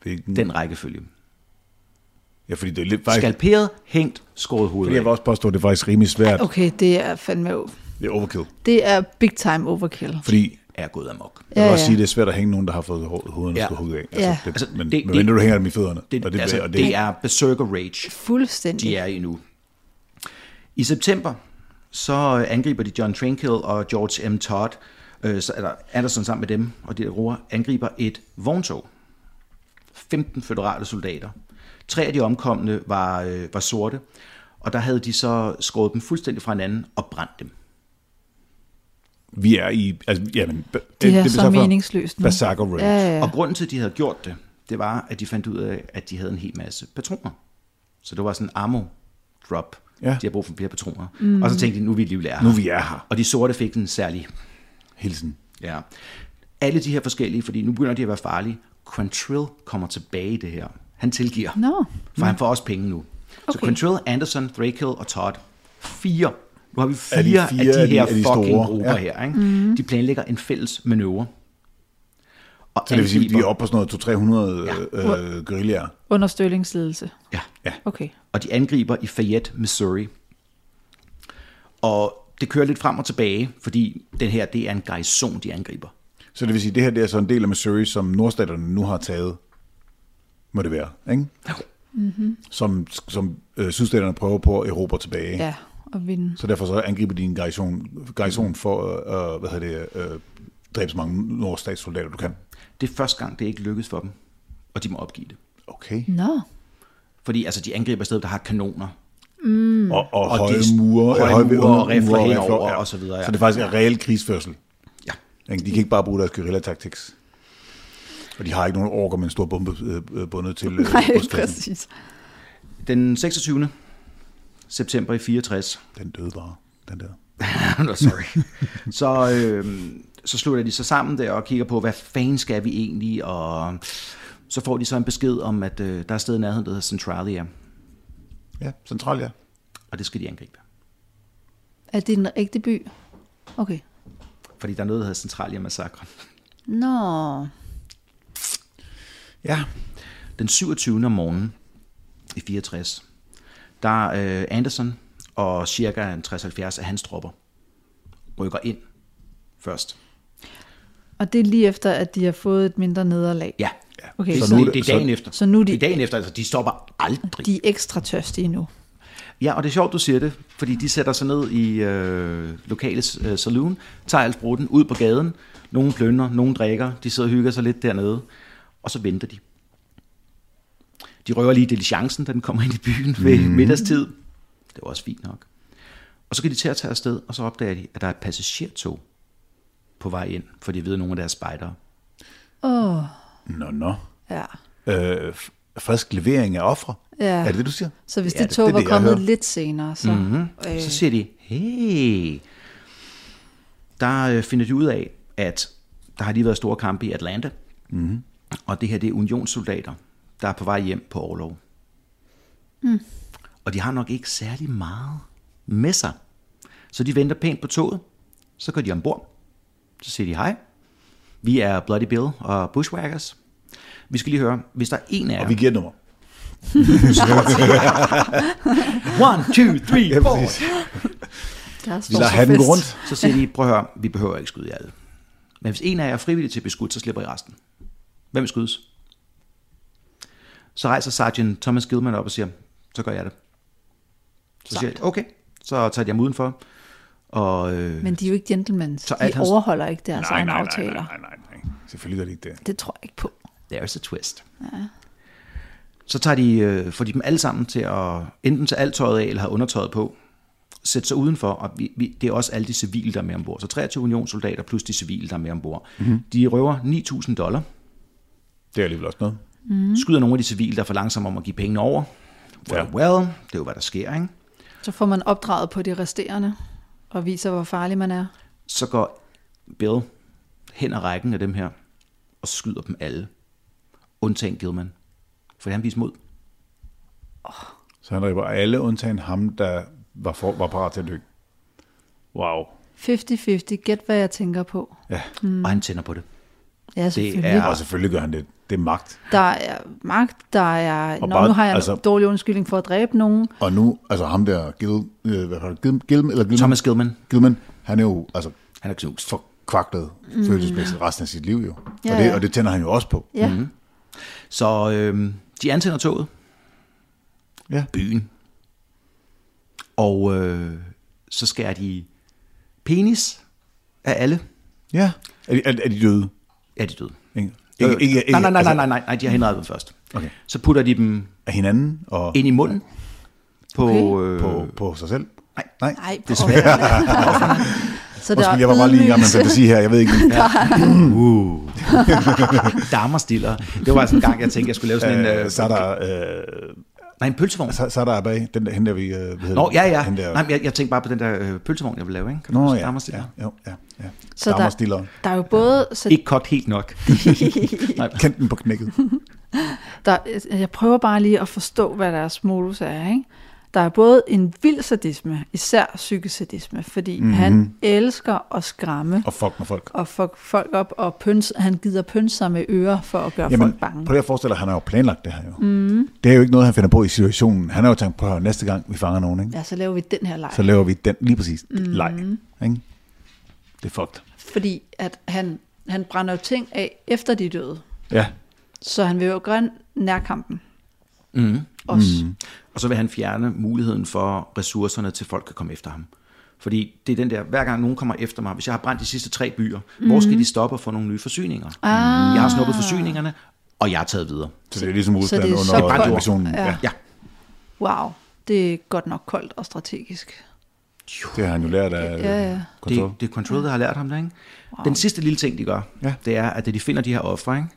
S2: Hvilken...
S1: Den rækkefølge.
S2: Ja, fordi det er lidt faktisk...
S1: Skalperet, hængt, skåret
S2: Fordi
S1: hovedet
S2: jeg vil
S1: af.
S2: også påstå, at det er faktisk rimelig svært.
S3: Okay, det er fandme...
S2: Det er overkill.
S3: Det er big time overkill.
S2: Fordi
S1: er gået amok.
S2: jeg vil også sige, at det er svært at hænge nogen, der har fået ho- hovederne
S1: Ja.
S2: ja. hugget af.
S3: Ja.
S2: det,
S1: Altså,
S2: men
S1: det-
S2: men mindre
S1: det-
S2: du hænger dem i fødderne.
S1: Det,
S2: og
S1: det, altså,
S2: og
S1: det, det er berserker rage,
S3: Fuldstændig.
S1: de er i nu. I september, så øh, angriber de John Trankill og George M. Todd, øh, så, eller Anderson sammen med dem, og de der roer, angriber et vogntog. 15 føderale soldater. Tre af de omkomne var, øh, var sorte, og der havde de så skåret dem fuldstændig fra hinanden og brændt dem.
S2: Vi er i... Altså, jamen, det,
S3: det er så meningsløst nu.
S2: Berserker Range.
S3: Ja, ja,
S1: Og
S3: ja.
S1: grunden til, at de havde gjort det, det var, at de fandt ud af, at de havde en hel masse patroner. Så det var sådan en ammo drop.
S2: Ja.
S1: Ja. De har brug for flere patroner. Mm. Og så tænkte de, nu er vi alligevel er
S2: Nu
S1: her.
S2: vi er her.
S1: Og de sorte fik den særlig.
S2: Hilsen.
S1: Ja. Alle de her forskellige, fordi nu begynder de at være farlige. Quantrill kommer tilbage i det her. Han tilgiver.
S3: Nå.
S1: For han får også penge nu. Så
S3: Okay.
S1: Quantrill, Anderson, Thrakill og Todd. Fire. Nu har vi
S2: Er
S1: fire,
S2: de
S1: fire af de her
S2: er de store?
S1: fucking grupper ja.
S2: Ja.
S1: her. Ikke?
S3: Mhm.
S1: Mm. De planlægger en fælles manøvre. Og
S2: Så det vil sige, at vi er
S1: angriber-
S2: oppe på sådan noget 200-300 øh, guerillaer.
S3: Under Størlings ledelse.
S1: Ja.
S3: Okay.
S1: og de angriber i Fayette, Missouri. Og det kører lidt frem og tilbage, fordi den her, det er en garnison, de angriber.
S2: Så det vil sige, at det her det er så en del af Missouri, som nordstaterne nu har taget, må det være, ikke? Som, som øh, sydstaterne prøver på at erobre tilbage.
S3: Ja, og vinde.
S2: Så derfor så angriber de en garrison, garrison for at øh, hvad hedder det, øh, dræbe så mange nordstatssoldater, du kan.
S1: Det er første gang, det ikke lykkes for dem, og de må opgive det.
S2: Okay.
S3: Nå.
S1: Fordi altså, de angriber stedet, der har kanoner.
S2: Mm. Og, og, og
S1: Og
S2: høje
S1: de-
S2: mure,
S1: høje
S2: høje
S1: mure og rifler
S2: mure
S1: henover
S2: rifler,
S1: og så videre, ja.
S2: Så det faktisk er reel krigsførsel.
S1: Ja.
S2: Ikke? De kan ikke bare bruge deres guerillataktiks. Og de har ikke nogen orker med en stor bombe øh, øh, bundet til øh,
S3: Nej,
S2: brystkassen.
S3: præcis.
S1: Den 26. september i 64,
S2: Den døde bare, den der.
S1: Nå, sorry. så, øh, så slutter de så sammen der og kigger på, hvad fanden skal vi egentlig, og så får de så en besked om, at øh, der er et sted i nærheden, der hedder Centralia,
S2: Ja, central, ja.
S1: og det skal de angribe.
S3: Er det en rigtig by? Okay.
S1: Fordi der er noget, der hedder Centralia-massakren.
S3: Nå.
S2: Ja.
S1: Den 27. om morgenen i 64, der øh, Anderson og cirka en 60-70 af hans tropper rykker ind først.
S3: Og det er lige efter, at de har fået et mindre nederlag.
S1: Ja,
S3: Okay.
S1: det,
S3: Så
S1: så
S2: nu
S1: nu,
S2: er
S1: det, det
S2: det-
S1: er dagen
S2: så-
S1: efter.
S3: så nu er de-
S1: det er dagen efter, altså de stopper aldrig.
S3: De er ekstra tørstige nu.
S1: Ja, og det er sjovt, du siger det, fordi de sætter sig ned i øh, lokale øh, saloon, tager alt spruten ud på gaden, nogen plønder, nogen drikker, de sidder og hygger sig lidt dernede, og så venter de. De røver lige diligencen, da den kommer ind i byen ved mm. middagstid. Det var også fint nok. Og så kan de til at tage afsted, og så opdager de, at der er et passagertog på vej ind, for de ved at nogle af deres spejdere.
S2: Nå, nå.
S3: Ja.
S2: Øh, f- frisk levering af ofre.
S3: Ja.
S2: Er det det, du siger?
S3: Så hvis
S2: Ja,
S3: ja, det
S2: det-
S3: tog
S2: det er
S3: var
S2: det, jeg
S3: kommet
S2: hører. Mhm.
S3: lidt senere, så... Mm-hmm. Øh,
S1: Så siger de, hey,
S2: Mhm.
S1: der øh, finder de ud af, at der har lige været store kampe i Atlanta. Mm-hmm. Og det her, det er unionssoldater, der er på vej hjem på overlov. Mm. Og de har nok ikke særlig meget med sig. Så de venter pænt på toget, så går de ombord, så siger de hej. Vi er Bloody Bill og Bushwhackers. Vi skal lige høre, hvis der er en af
S2: Og
S1: jer...
S2: vi giver et nummer.
S1: One, two, three, four.
S3: Der er
S2: Vi lader have den gå rundt.
S1: Så siger de, prøv at høre, vi behøver ikke skyde jer alle. Men hvis en af jer er frivillig til at blive skudt, så slipper I resten. Hvem skydes? Så rejser sergeant Thomas Gilman op og siger, så gør jeg det. Så siger jeg, okay, så tager de ham udenfor. Og øh,
S3: Men de er jo ikke gentlemen.
S1: Så
S3: Så
S1: alt
S3: de
S1: hans-
S3: overholder ikke deres
S2: Nej,
S3: egne
S2: nej, nej,
S3: Altså, aftaler.
S2: nej, nej, nej, nej. Selvfølgelig er det ikke det.
S3: Det tror jeg ikke på.
S1: there's a twist. Ja. Så tager de, øh, får de dem alle sammen til at enten tage alt tøjet af, eller have undertøjet på, sætte sig udenfor, og vi, vi, det er også alle de civile, der er med ombord. Så 23 unionssoldater plus de civile, der er med ombord. Mm-hmm. De røver 9.000 dollar,
S2: Det er alligevel også noget.
S1: mm. skyder nogle af de civile, der er for langsomme om at give pengene over. Well,
S2: Ja.
S1: well, det er jo, hvad der sker, ikke?
S3: Så får man opdraget på de resterende, og viser, hvor farlig man er.
S1: Så går Bill hen ad rækken af dem her, og skyder dem alle. Undtagen Gilman. For han viser mod.
S2: Så han dræber alle, undtagen ham, der var, for, var parat til at dø. Wow.
S3: 50-50, gæt hvad jeg tænker på.
S2: Ja,
S1: Mm. Og han tænder på det.
S3: Ja, selvfølgelig.
S1: er-
S2: og selvfølgelig gør han det. Det er magt.
S3: Der er magt, der er...
S2: Og
S3: Nå,
S2: bare-
S3: nu har jeg altså...
S2: altså-
S3: en dårlig undskyldning for at dræbe nogen.
S2: Og nu, altså ham der, Gil, øh, hvad var det, Gil, Gil, eller Gilman,
S1: Thomas Gilman,
S2: Gilman, han er jo altså
S1: han er knust.
S2: forkvaklet mm. følelsesmæssigt resten af sit liv jo.
S3: Mhm. Ja,
S2: og, det,
S3: ja.
S2: og det tænder han jo også på.
S3: Ja, mm-hmm.
S1: Så øh, de antænder toget,
S2: Ja.
S1: byen, og øh, så skærer de penis af alle.
S2: ja. Er, de, er, er de døde?
S1: Ja, de er døde.
S2: Ikke? Ikke, ikke, ikke,
S1: Øh, nej, nej, nej, nej,
S2: altså,
S1: nej, nej, nej, de har henrettet dem først.
S2: Okay.
S1: Så putter de dem
S2: Af hinanden og
S1: ind i munden på...
S3: Okay.
S1: Øh,
S2: på, på sig selv?
S1: Nej.
S2: nej.
S3: nej. på
S1: Desværre.
S3: offeret. Så der
S2: Undskyld, jeg var bare lige i gang med en fantasi her. Jeg ved ikke.
S1: Dammerstiller. Det var altså en gang, jeg tænkte, jeg skulle lave sådan en...
S2: Øh,
S1: Øh,
S2: så Altså, er der, øh,
S1: nej, en pølsevogn.
S2: så, så er der Abba, den der, hende der vi... Øh, hvad hedder
S1: Nå,
S2: det?
S1: ja, ja.
S2: Hende der,
S1: Nej, men jeg, jeg tænkte bare på den der øh, pølsevogn, jeg ville lave, ikke? Kan du
S2: Nå,
S1: huske
S2: ja,
S1: Dammerstiller?
S2: ja, jo, ja, ja.
S3: Så der,
S2: Dammerstilleren.
S3: der er jo både... Så
S1: Ikke kogt helt nok. nej,
S2: Kendte den på knækket.
S3: der, jeg prøver bare lige at forstå, hvad deres modus er, ikke? Der er både en vild sadisme, især psykisk sadisme, fordi
S2: Mhm.
S3: mm-hmm. han elsker at skræmme
S2: Og fuck med folk.
S3: og fuck folk op, og pøns, han gider pønse sig med ører for at gøre
S2: Jamen,
S3: folk bange.
S2: prøv lige at forestille dig, han har jo planlagt det her jo. Mm. Det er jo ikke noget, han finder på i situationen. Han har jo tænkt på, at næste gang vi fanger nogen, ikke?
S3: Ja, så laver vi den her leg.
S2: så laver vi den lige præcis mm. leg. Ikke? Det er fucked.
S3: Fordi at han, han brænder jo ting af efter de er døde.
S2: Ja,
S3: Så han vil jo gøre nærkampen.
S1: Mhm.
S3: Også. Mm.
S1: Og så vil han fjerne muligheden for ressourcerne til folk kan komme efter ham. Fordi det er den der, hver gang nogen kommer efter mig, hvis jeg har brændt de sidste tre byer, mm. hvor skal de stoppe og få nogle nye forsyninger? Ah. Jeg har snuppet forsyningerne, og jeg er taget videre.
S2: så det er ligesom
S3: Så det er
S2: modstand
S3: så
S2: under
S3: koldt.
S2: invasionen.
S3: Ja.
S2: Ja.
S1: Ja,
S3: Wow, det er godt nok koldt og strategisk.
S2: Det har han jo lært af
S3: Ja, ja.
S2: Control.
S1: det, det er Control, der har lært ham det. Ikke? Wow. Den sidste lille ting, de gør,
S2: Ja.
S1: det er, at da de finder de her ofre, ikke?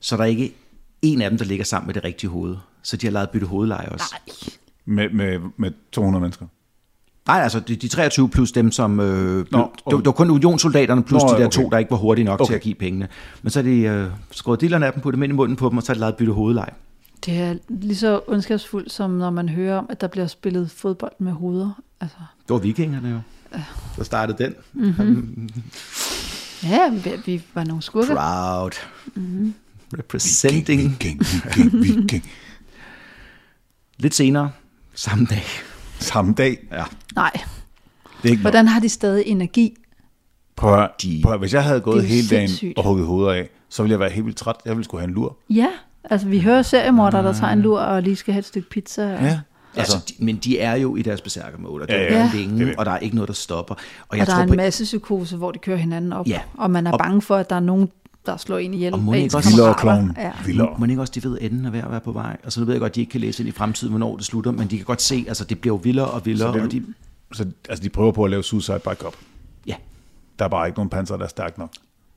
S1: så er der ikke en af dem, der ligger sammen med det rigtige hoved. Så de har lavet bytte hovedleje også.
S3: Ej,
S2: Med, med, med 200 mennesker.
S1: Nej, altså de, de 23 plus dem, som... Øh, blev,
S2: Nå,
S1: Nå, det, det var kun unionssoldaterne plus Nå,
S2: Nå,
S1: de der
S2: okay.
S1: okay. to, der ikke var hurtige nok okay.
S2: Okay.
S1: til at give pengene. Men så er de øh, skåret dillerne af dem, puttet dem ind i munden på dem, og så har de lavet bytte hovedlej.
S3: Det er lige så ondskabsfuldt, som når man hører om, at der bliver spillet fodbold med hoveder. Altså,
S1: Det var vikingerne jo. Der startede den. Mm-hmm.
S3: ja, vi, vi var nogle skurke.
S1: Proud. Mm-hmm. Representing.
S2: Viking, viking, viking.
S1: Lidt senere, samme dag.
S2: Samme dag.
S1: Ja.
S3: Nej,
S2: Det er ikke
S3: hvordan har de stadig energi?
S2: Prøv at, høre,
S1: De-
S2: prøv at, høre, hvis jeg havde gået
S3: Det er jo
S2: hele dagen
S3: sindssygt.
S2: og hugget hoveder af, så ville jeg være helt vildt træt. Jeg ville skulle have en lur.
S3: Ja, altså vi hører seriemordere, der tager en
S1: Mm.
S3: lur og lige skal have et stykke pizza.
S2: Ja.
S1: Altså, altså, de, men de er jo i deres besærkermål, og det
S2: Ja,
S1: er
S2: ja.
S1: ja,
S3: Ja.
S2: Det er
S1: længe,
S2: det.
S1: og der er ikke noget, der stopper. Og,
S3: Og
S1: jeg
S3: der er
S1: tror
S3: en
S1: på,
S3: masse psykose, hvor de kører hinanden op,
S1: Ja.
S3: og man er
S1: Og-
S3: bange for, at der er nogen, der slår en ihjel.
S1: Og må
S3: af
S1: ikke
S3: ens
S1: også-
S2: Vildere
S3: kammerater.
S2: klovn.
S3: Ja.
S2: Vildere.
S1: Men ikke også, de ved, at enden er ved at være på vej. Og så ved jeg godt, at de ikke kan læse ind i fremtiden, hvornår det slutter, men de kan godt se, altså det bliver jo vildere og vildere.
S2: det er
S1: og de,
S2: Så altså, de prøver på at lave suicide backup.
S1: ja,
S2: Der er bare ikke nogen panser, der er stærk nok.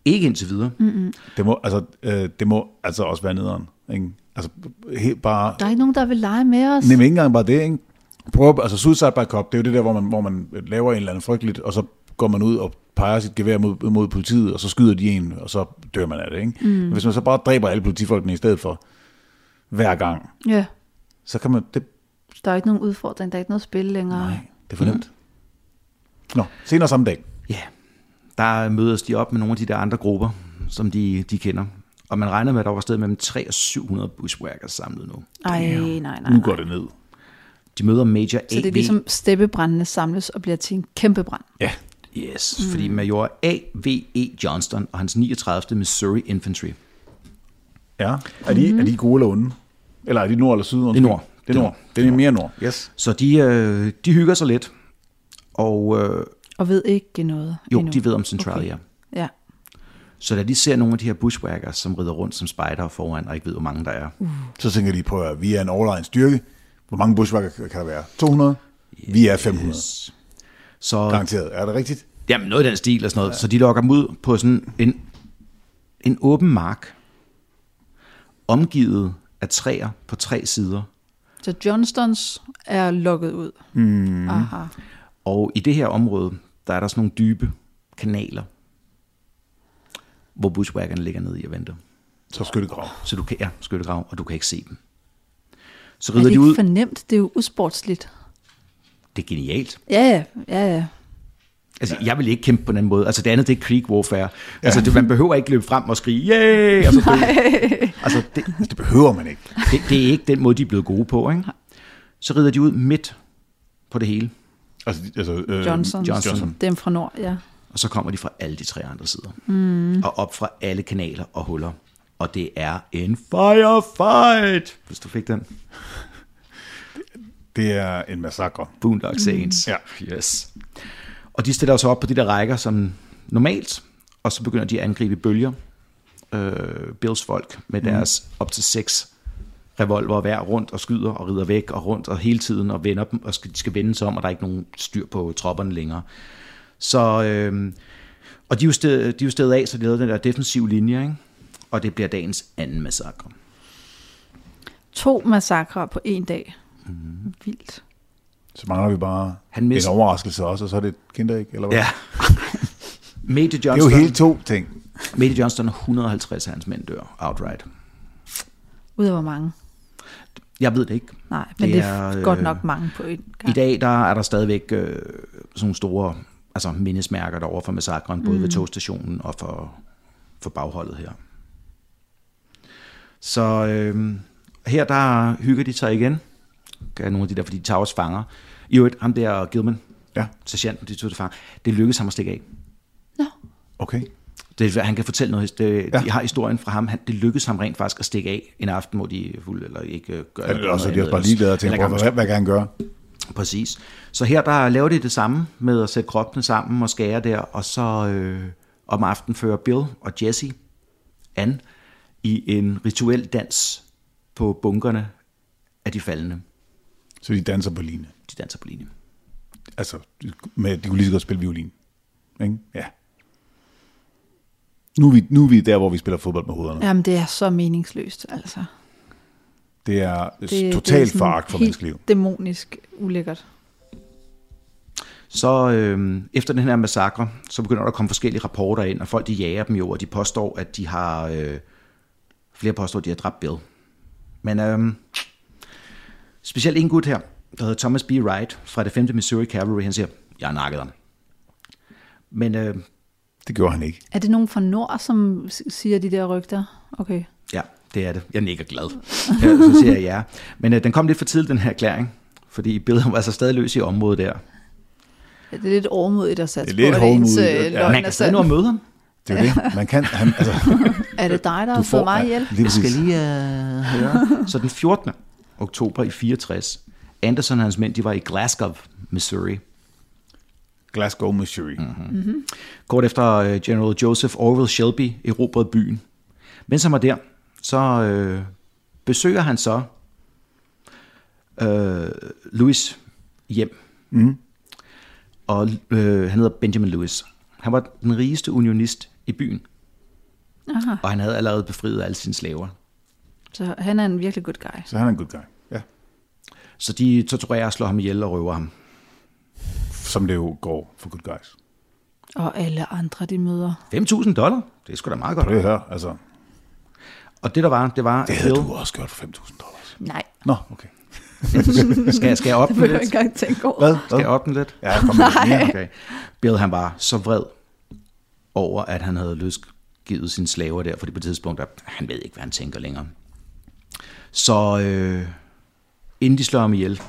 S1: ikke indtil videre.
S3: Mm.
S2: Det må, altså, øh, det må altså også være nederen. Ikke? Altså, helt bare...
S3: Der er ikke nogen, der vil lege med os.
S2: Nemlig ikke engang bare det, ikke? Prøv, at- altså suicide by cop, det er jo det der, hvor man, hvor man laver en eller anden frygteligt, og så går man ud og peger sit gevær mod, mod politiet, og så skyder de en, og så dør man af det. Ikke? Mm. Men hvis man så bare dræber alle politifolkene i stedet for, hver gang,
S3: Ja,
S2: så kan man... Det,
S3: der er ikke nogen udfordring, der er ikke noget spil længere.
S2: nej, det er for nemt. Nå, senere samme dag.
S1: Ja, der mødes de op med nogle af de der andre grupper, som de, de kender. Og man regner med, at der var sted mellem 300 og 700 bushwhackers samlet nu.
S3: Ej, nej, nej,
S2: Nu
S3: nej.
S2: går det ned.
S1: De møder Major A.V.
S3: Så det er ligesom steppebrændene samles og bliver til en kæmpe brand.
S2: Ja,
S1: Yes, mm. fordi major A.V.E. Johnston og hans 39. Missouri Infantry.
S2: ja. Er, de, er de gode eller onde? Eller er de nord eller syd? undskyld?
S1: nord.
S2: Det er nord. Det er mere nord. Yes.
S1: Så de, øh, de hygger sig lidt, og øh,
S3: Og ved ikke noget
S1: jo,
S3: endnu.
S1: de ved om Centralia. Okay.
S3: Ja.
S1: Så da de ser nogle af de her bushwhackers, som rider rundt som spejder foran, og ikke ved, hvor mange der er.
S2: Så tænker de på, at vi er en overlegen styrke. Hvor mange bushwhacker kan der være? 200? Vi er 500.
S1: Så
S2: Garanteret. Er det rigtigt?
S1: jamen, noget i den stil og sådan noget. Ja. Så de lokker dem ud på sådan en, en åben mark, omgivet af træer på tre sider.
S3: Så Johnstons er lukket ud. Mm. Aha.
S1: Og i det her område, der er der sådan nogle dybe kanaler, hvor bushwhackerne ligger ned i og venter.
S2: Så skyttegrav.
S1: Så du kan, ja, skyttegrav, og du kan ikke se dem. Så
S3: Er
S1: rider
S3: det
S1: de
S3: ikke
S1: ud.
S3: fornemt? Det er jo usportsligt.
S1: Det er genialt.
S3: Ja, ja, ja, ja.
S1: Altså, jeg vil ikke kæmpe på den måde. Altså, det andet, det er creek warfare. Ja. Altså, det, man behøver ikke løbe frem og skrige, yay! Og så dø. altså, det,
S2: Det behøver man ikke.
S1: det, det, er ikke den måde, de er blevet gode på, ikke? Så rider de ud midt på det hele,
S2: Altså, de- altså øh,
S3: Johnsons.
S1: Johnson.
S3: Dem fra Nord, ja.
S1: og så kommer de fra alle de tre andre sider. Mm. Og op fra alle kanaler og huller. Og det er en firefight! Hvis du fik den.
S2: Det er en massakre.
S1: Boondock Saints.
S2: Mm.
S1: Ja. Yes. Og de stiller sig op på de der rækker som normalt, og så begynder de at angribe i bølger. Øh, Bills folk med
S2: Mm.
S1: deres op til seks revolver hver rundt og skyder og rider væk og rundt og hele tiden og vender dem, og skal, de skal vende sig om, og der er ikke nogen styr på tropperne længere. Så, øh, og de er jo sted, de er jo stedet af, så de lavede den der defensiv linje, ikke? og det bliver dagens anden massakre.
S3: To massakre på en dag.
S1: Mm-hmm.
S3: Mm. Vildt.
S2: Så mangler vi bare
S1: Han mister-
S2: en overraskelse også, og så er det et kinderæg, eller hvad?
S1: Ja. Major
S2: Det er jo
S1: Johnston,
S2: hele to ting.
S1: Major Johnston og 150 af hans mænd dør outright.
S3: Ud af hvor mange?
S1: Jeg ved det ikke.
S3: Nej, men det er, det er godt nok mange på en gang.
S1: I dag der er der stadigvæk øh, sådan nogle store altså mindesmærker derovre for massakren, både ved togstationen og for, for bagholdet her. Så øh, her der hygger de sig igen. Gør nogle af de der, fordi de tager også fanger. I øvrigt, ham der Gilman,
S2: Ja,
S1: sergeanten, de tog til fanger, det lykkedes ham at stikke af.
S3: Nå,
S2: okay.
S1: Det, er- han kan fortælle noget. Det, ja.
S2: Ja.
S1: De har historien fra ham. Han, det lykkedes ham rent faktisk at stikke af en aften, hvor de er fulde eller ikke øh, gør
S2: Eller også er de
S1: noget
S2: også Altså, bare
S1: andet.
S2: ligeglade og tænker,
S1: Eller
S2: "Bror,
S1: gamle
S2: hvad, hvad kan han gøre?
S1: Præcis. Så her der laver de det samme med at sætte kroppene sammen og skære der, og så øh, om aftenen fører Bill og Jesse an i en rituel dans på bunkerne af de faldende.
S2: Så de danser på line.
S1: De danser på linje.
S2: Altså, med, de kunne lige så godt spille violin. Ikke? Ja. Nu er, vi, nu er vi der, hvor vi spiller fodbold med hovederne. Ja.
S3: jamen det er så meningsløst, altså.
S2: Det er
S3: Det,
S2: det, totalt
S3: sådan
S2: foragt for
S3: helt
S2: menneskeliv.
S3: dæmonisk ulækkert.
S1: Så øh, efter den her massakre, så begynder der at komme forskellige rapporter ind, og folk de jager dem jo, og de påstår, at de har... Øh, flere påstår, at de har dræbt Bill. Men øh, specielt en gut her, der hedder Thomas B. Wright fra det 5. Missouri Cavalry, han siger, jeg har nakket ham. Men øh,
S2: Det gjorde han ikke.
S3: Er det nogen fra Nord, som s- siger de der rygter? Okay.
S1: ja, det er det. Jeg nikker glad. Øh, så siger jeg ja. Men øh, den kom lidt for tidligt, den her erklæring, fordi Bill var altså stadig løs i området der.
S3: Ja, Det er lidt overmodigt at satse
S2: Det er lidt
S3: på, at ens
S2: hovmodigt,
S3: øh,
S2: ja.
S3: løgn
S1: Man
S3: er
S1: kan stadig
S3: sand.
S1: nå at møde ham.
S2: Det er jo det. Man kan, han, altså,
S3: Er det dig, der har slået mig ihjel?
S2: Lige
S1: Jeg skal
S2: præcis.
S1: lige øh, høre. Så den 14. oktober i 64, Anderson og hans mænd, de var i Glasgow, Missouri.
S2: Glasgow, Missouri. Mm-hmm.
S1: Kort efter øh, General Joseph Orville Shelby erobrede byen. Mens han var der, så øh, besøger han så øh, Louis hjem. Mm. Og øh, han hedder Benjamin Lewis. Han var den rigeste unionist i byen,
S3: Aha.
S1: og han havde allerede befriet alle sine slaver.
S3: Så han er en virkelig good guy.
S2: Så han er en good guy. Ja.
S1: Så de torturerer, slår ham ihjel og røver ham.
S2: Som det jo går for good guys.
S3: Og alle andre, de møder.
S1: 5.000 dollar? Det er sgu da meget godt.
S2: Prøv at høre, altså.
S1: Og det der var, det var...
S2: Det havde du også gjort for 5.000 dollars.
S3: Nej,
S2: Nå, okay.
S1: Skal, jeg- skal jeg op
S3: det
S1: den
S3: vil jeg
S1: lidt?
S3: ikke engang tænke over.
S2: Hvad?
S1: Skal
S2: Hvad?
S1: jeg op den lidt?
S2: Ja, kom med mere.
S1: Okay. Bill han var så vred over, at han havde løsgivet sine slaver der, fordi på det tidspunkt, der, han ved ikke, hvad han tænker længere. Så øh, inden de slår ham ihjel,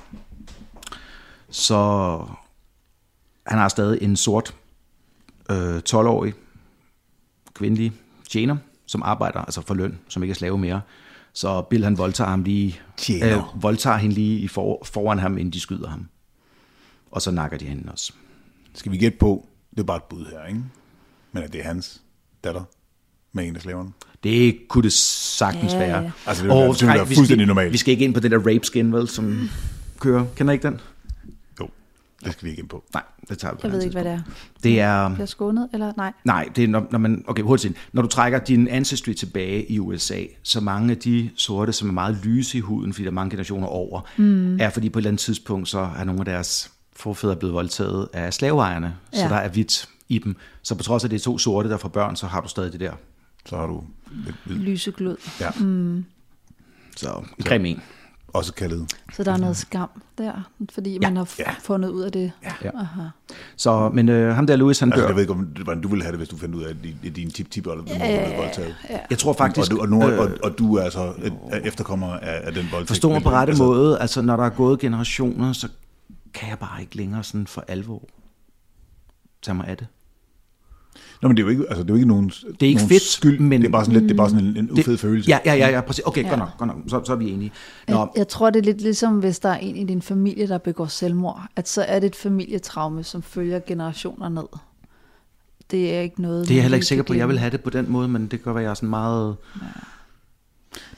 S1: så han har stadig en sort øh, 12-årig kvindelig tjener, som arbejder, altså for løn, som ikke er slave mere. Så Bill han voldtager ham lige, øh,
S2: Tjener.
S1: voldtager hende lige i for, foran ham, inden de skyder ham. Og så nakker de hende også.
S2: Skal vi gætte på, det er bare et bud her, ikke? Men at det er hans datter med en af slaverne.
S1: Det kunne det sagtens
S3: Ja,
S1: ja,
S3: ja.
S1: være.
S2: Altså, det ville være- det ville være
S1: vi
S2: fuldstændig
S1: skal,
S2: normalt.
S1: Vi skal ikke ind på det der rape skin, vel, som kører. Kender I ikke den?
S2: Jo, det skal vi ikke ind på.
S1: Nej, det tager vi på
S3: Jeg
S1: et
S3: ved
S1: andet
S3: ikke, hvad det er.
S1: tidspunkt. Det er...
S3: Bliver skånet, eller nej?
S1: Nej, det er, når, når man, okay, hurtigt ind. Når du trækker din ancestry tilbage i USA, så mange af de sorte, som er meget lyse i huden, fordi der er mange generationer over, mm. er fordi på et eller andet tidspunkt, så er nogle af deres forfædre blevet voldtaget af slaveejerne, ja.
S3: Ja.
S1: så der er hvidt i dem. Så på trods af, at det er to sorte, der får børn, så har du stadig det der.
S2: Så har du lidt hvid.
S3: Lyseglød.
S2: Ja,
S1: Så en grim en.
S2: også kaldet.
S3: Så der er noget skam der, fordi ja, man har
S2: ja.
S3: f- fundet ud af det. Ja.
S1: Så, men øh, ham der Louis, han dør.
S2: Altså, jeg ved ikke, om, hvordan du ville have det, hvis du fandt ud af, at din- at din tip tip eller din mor blev voldtaget.
S1: Jeg tror
S2: Og
S1: faktisk, øh,
S2: du, og, nu, og, og du er altså et, er efterkommer af, af den voldtægt.
S1: forstå mig
S2: men-
S1: på rette
S2: altså,
S1: måde, altså når der er gået generationer, så kan jeg bare ikke længere sådan for alvor tage mig af det.
S2: Nå, men det er jo ikke, altså, det er jo ikke nogen, det
S1: er ikke fedt,
S2: skyld, men
S1: men-
S2: det er bare sådan, lidt, det er bare sådan en, en ufed følelse.
S1: Ja, ja, ja, ja præcis. Okay,
S3: Ja.
S1: ja. godt nok, godt nok. Så, så er vi enige.
S3: Jeg,
S1: Nå,
S3: jeg tror, det er lidt ligesom, hvis der er en i din familie, der begår selvmord, at så er det et familietraume, som følger generationer ned. Det er ikke noget...
S1: det er jeg
S3: man
S1: heller
S3: lige
S1: ikke sikker
S3: kan
S1: på, at jeg
S3: glemme.
S1: vil have det på den måde, men det kan godt være, at jeg er sådan meget...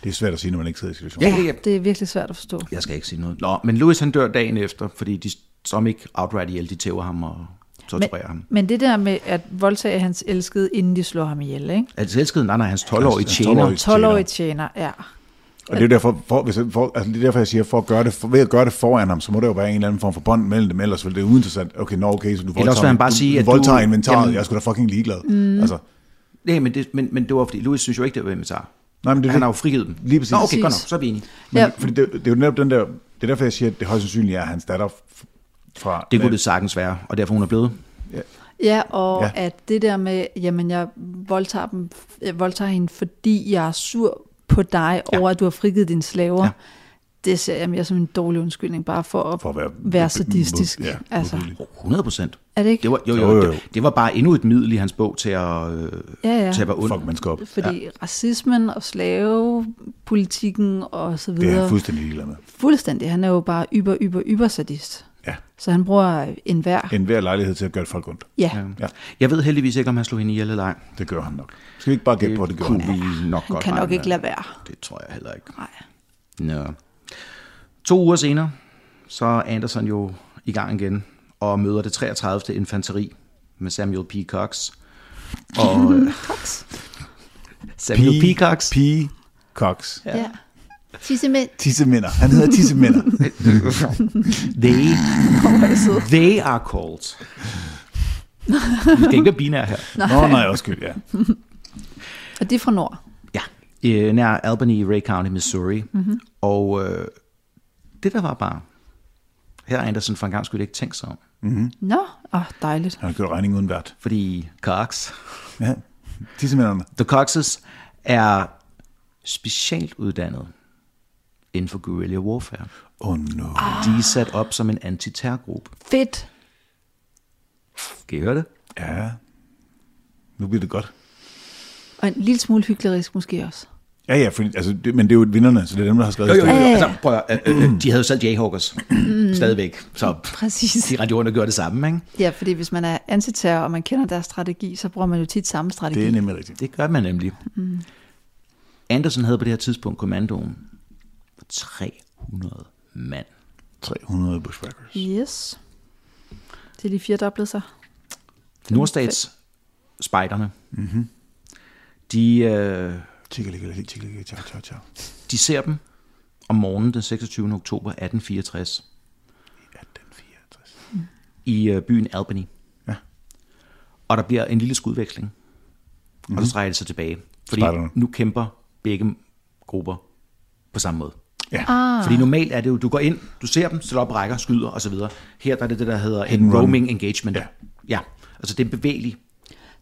S2: Det er svært at sige, når man ikke sidder i situationen.
S1: Ja, ja, ja.
S3: Det er virkelig svært at forstå.
S1: Jeg skal ikke sige noget. Nå, men Louis han dør dagen efter, fordi de som ikke outright ihjel, de tæver ham og torturerer ham.
S3: Men det der med at voldtage hans elskede, inden de slår ham ihjel, ikke?
S1: Er det selskede? Nej, nej, hans 12-årige
S2: Hans
S1: tjener.
S2: 12-årige. Tjener.
S3: 12-årige tjener, ja.
S2: Og det er jo derfor, for, hvis, for, altså, det er derfor, jeg siger, for at gøre det, for, ved at gøre det foran ham, så må der jo være en eller anden form for bånd mellem dem, ellers ville det være uinteressant. Okay, nå, okay, så du voldtager,
S1: også vil han bare
S2: du,
S1: sige,
S2: du,
S1: at du-
S2: voldtager inventaret,
S1: Jamen-
S2: jeg er sgu da fucking ligeglad. Mm. Altså,
S1: Nej, men det, men, men det var fordi, Louis synes jo ikke, det var inventar.
S2: nej, men det, er
S1: Han
S2: det,
S1: har jo frigivet dem.
S2: Lige præcis.
S1: Nå, okay, godt
S3: Præcis.
S1: nok, så er vi enige.
S2: men,
S3: Ja.
S2: fordi det, det, er jo netop den der, det er derfor, jeg siger, at det højst sandsynligt er hans datter f- fra...
S1: Det kunne det sagtens være, og derfor hun er blevet.
S3: Ja, og
S2: Ja.
S3: ja. at det der med, jamen jeg voldtager, dem, jeg voldtager hende, fordi jeg er sur på dig
S1: Ja.
S3: ja. over, at du har frigivet dine slaver,
S1: Ja.
S3: ja. det ser jeg mere som en dårlig undskyldning, bare for at,
S2: For at være-
S3: være sadistisk.
S2: Ja,
S3: altså,
S2: modbydelig.
S1: 100 procent.
S3: er det ikke?
S1: Det var, jo, jo,
S2: Jo,
S1: jo,
S2: jo,
S1: jo,
S2: jo.
S1: Det, det var bare endnu et middel i hans bog til at, øh,
S3: ja, ja.
S1: til at være ond.
S2: Fuck mennesker op.
S3: Fordi ja. racismen og slavepolitikken og så
S2: Det er
S3: videre,
S2: han fuldstændig ligeglad med.
S3: fuldstændig, han er jo bare yber, yber, yber sadist.
S2: Ja.
S3: Så han bruger enhver.
S2: En hver lejlighed til at gøre folk ondt.
S3: Ja,
S2: Ja.
S1: Jeg ved heldigvis ikke, om han slog hende ihjel eller ej.
S2: Det gør han nok. Skal vi ikke bare gætte på, at det gør
S1: kunne
S2: han?
S1: vi nok
S3: han
S1: godt
S3: kan nok
S1: regne
S3: ikke
S1: med.
S3: lade være.
S1: Det tror jeg heller ikke.
S3: Nej.
S1: Nå. To uger senere, så er Anderson jo i gang igen og møder det 33. infanteri med Samuel P. Cox. Og, øh, Samuel P. Cox.
S2: P. Cox.
S3: Ja. ja.
S2: Tissemænder. Han hedder Tissemænder.
S1: They, they are called. Vi skal ikke være binære her.
S2: Nå, nej, undskyld, ja.
S3: Og de er fra Nord.
S1: Ja, øh, nær Albany i Ray County, Missouri. Mm-hmm. Og øh, det der var bare, her har Anderson for en gang skulle ikke tænkt sig om.
S3: Nå, åh, dejligt.
S2: Han har gjort regning uden vært.
S1: Fordi Cox,
S2: Ja. Tissemænderne.
S1: The Coxes, er specielt uddannet inden for guerrilla warfare.
S2: Åh, oh, no.
S1: De er sat op som en antiterrorgruppe.
S3: Fedt.
S1: Kan I høre det?
S2: Ja. Nu bliver det godt.
S3: Og en lille smule hyklerisk måske også.
S2: Ja, ja, fordi, altså, det, men det er jo vinderne, så det er dem, der har skrevet
S1: Jo, jo, jo.
S2: historien.
S1: jo.
S3: Ja, ja, ja.
S1: Altså, prøv at, øh, øh, de havde jo selv Jayhawkers stadigvæk, så
S3: Præcis.
S1: de rendte rundt og gjorde det samme, ikke?
S3: Ja, fordi hvis man er antiterror, og man kender deres strategi, så bruger man jo tit samme strategi.
S2: Det er nemlig rigtigt.
S1: Det gør man nemlig. Mm. Andersen havde på det her tidspunkt kommandoen på 300 mand.
S2: 300 bushwhackers.
S3: Yes. Det er lige fire dobblet sig.
S1: Nordstats spejderne, mm-hmm. de, øh,
S2: Tjekka, ligge, ligge, tjekka, ligge, tjekka, tjekka, tjekka.
S1: de ser dem om morgenen den 26. oktober 1864
S2: Ja, den 64.
S1: i øh, byen Albany.
S2: Ja.
S1: og der bliver en lille skudveksling. Mm-hmm. Og så trækker det sig tilbage. Fordi
S2: Spejderne.
S1: nu kæmper begge grupper på samme måde.
S2: Ja.
S1: Ah. Fordi normalt er det jo, du går ind, du ser dem, stiller op, rækker, skyder osv. Her der er det det, der hedder en
S2: run.
S1: roaming engagement.
S2: Ja.
S1: ja. Altså det er bevægeligt.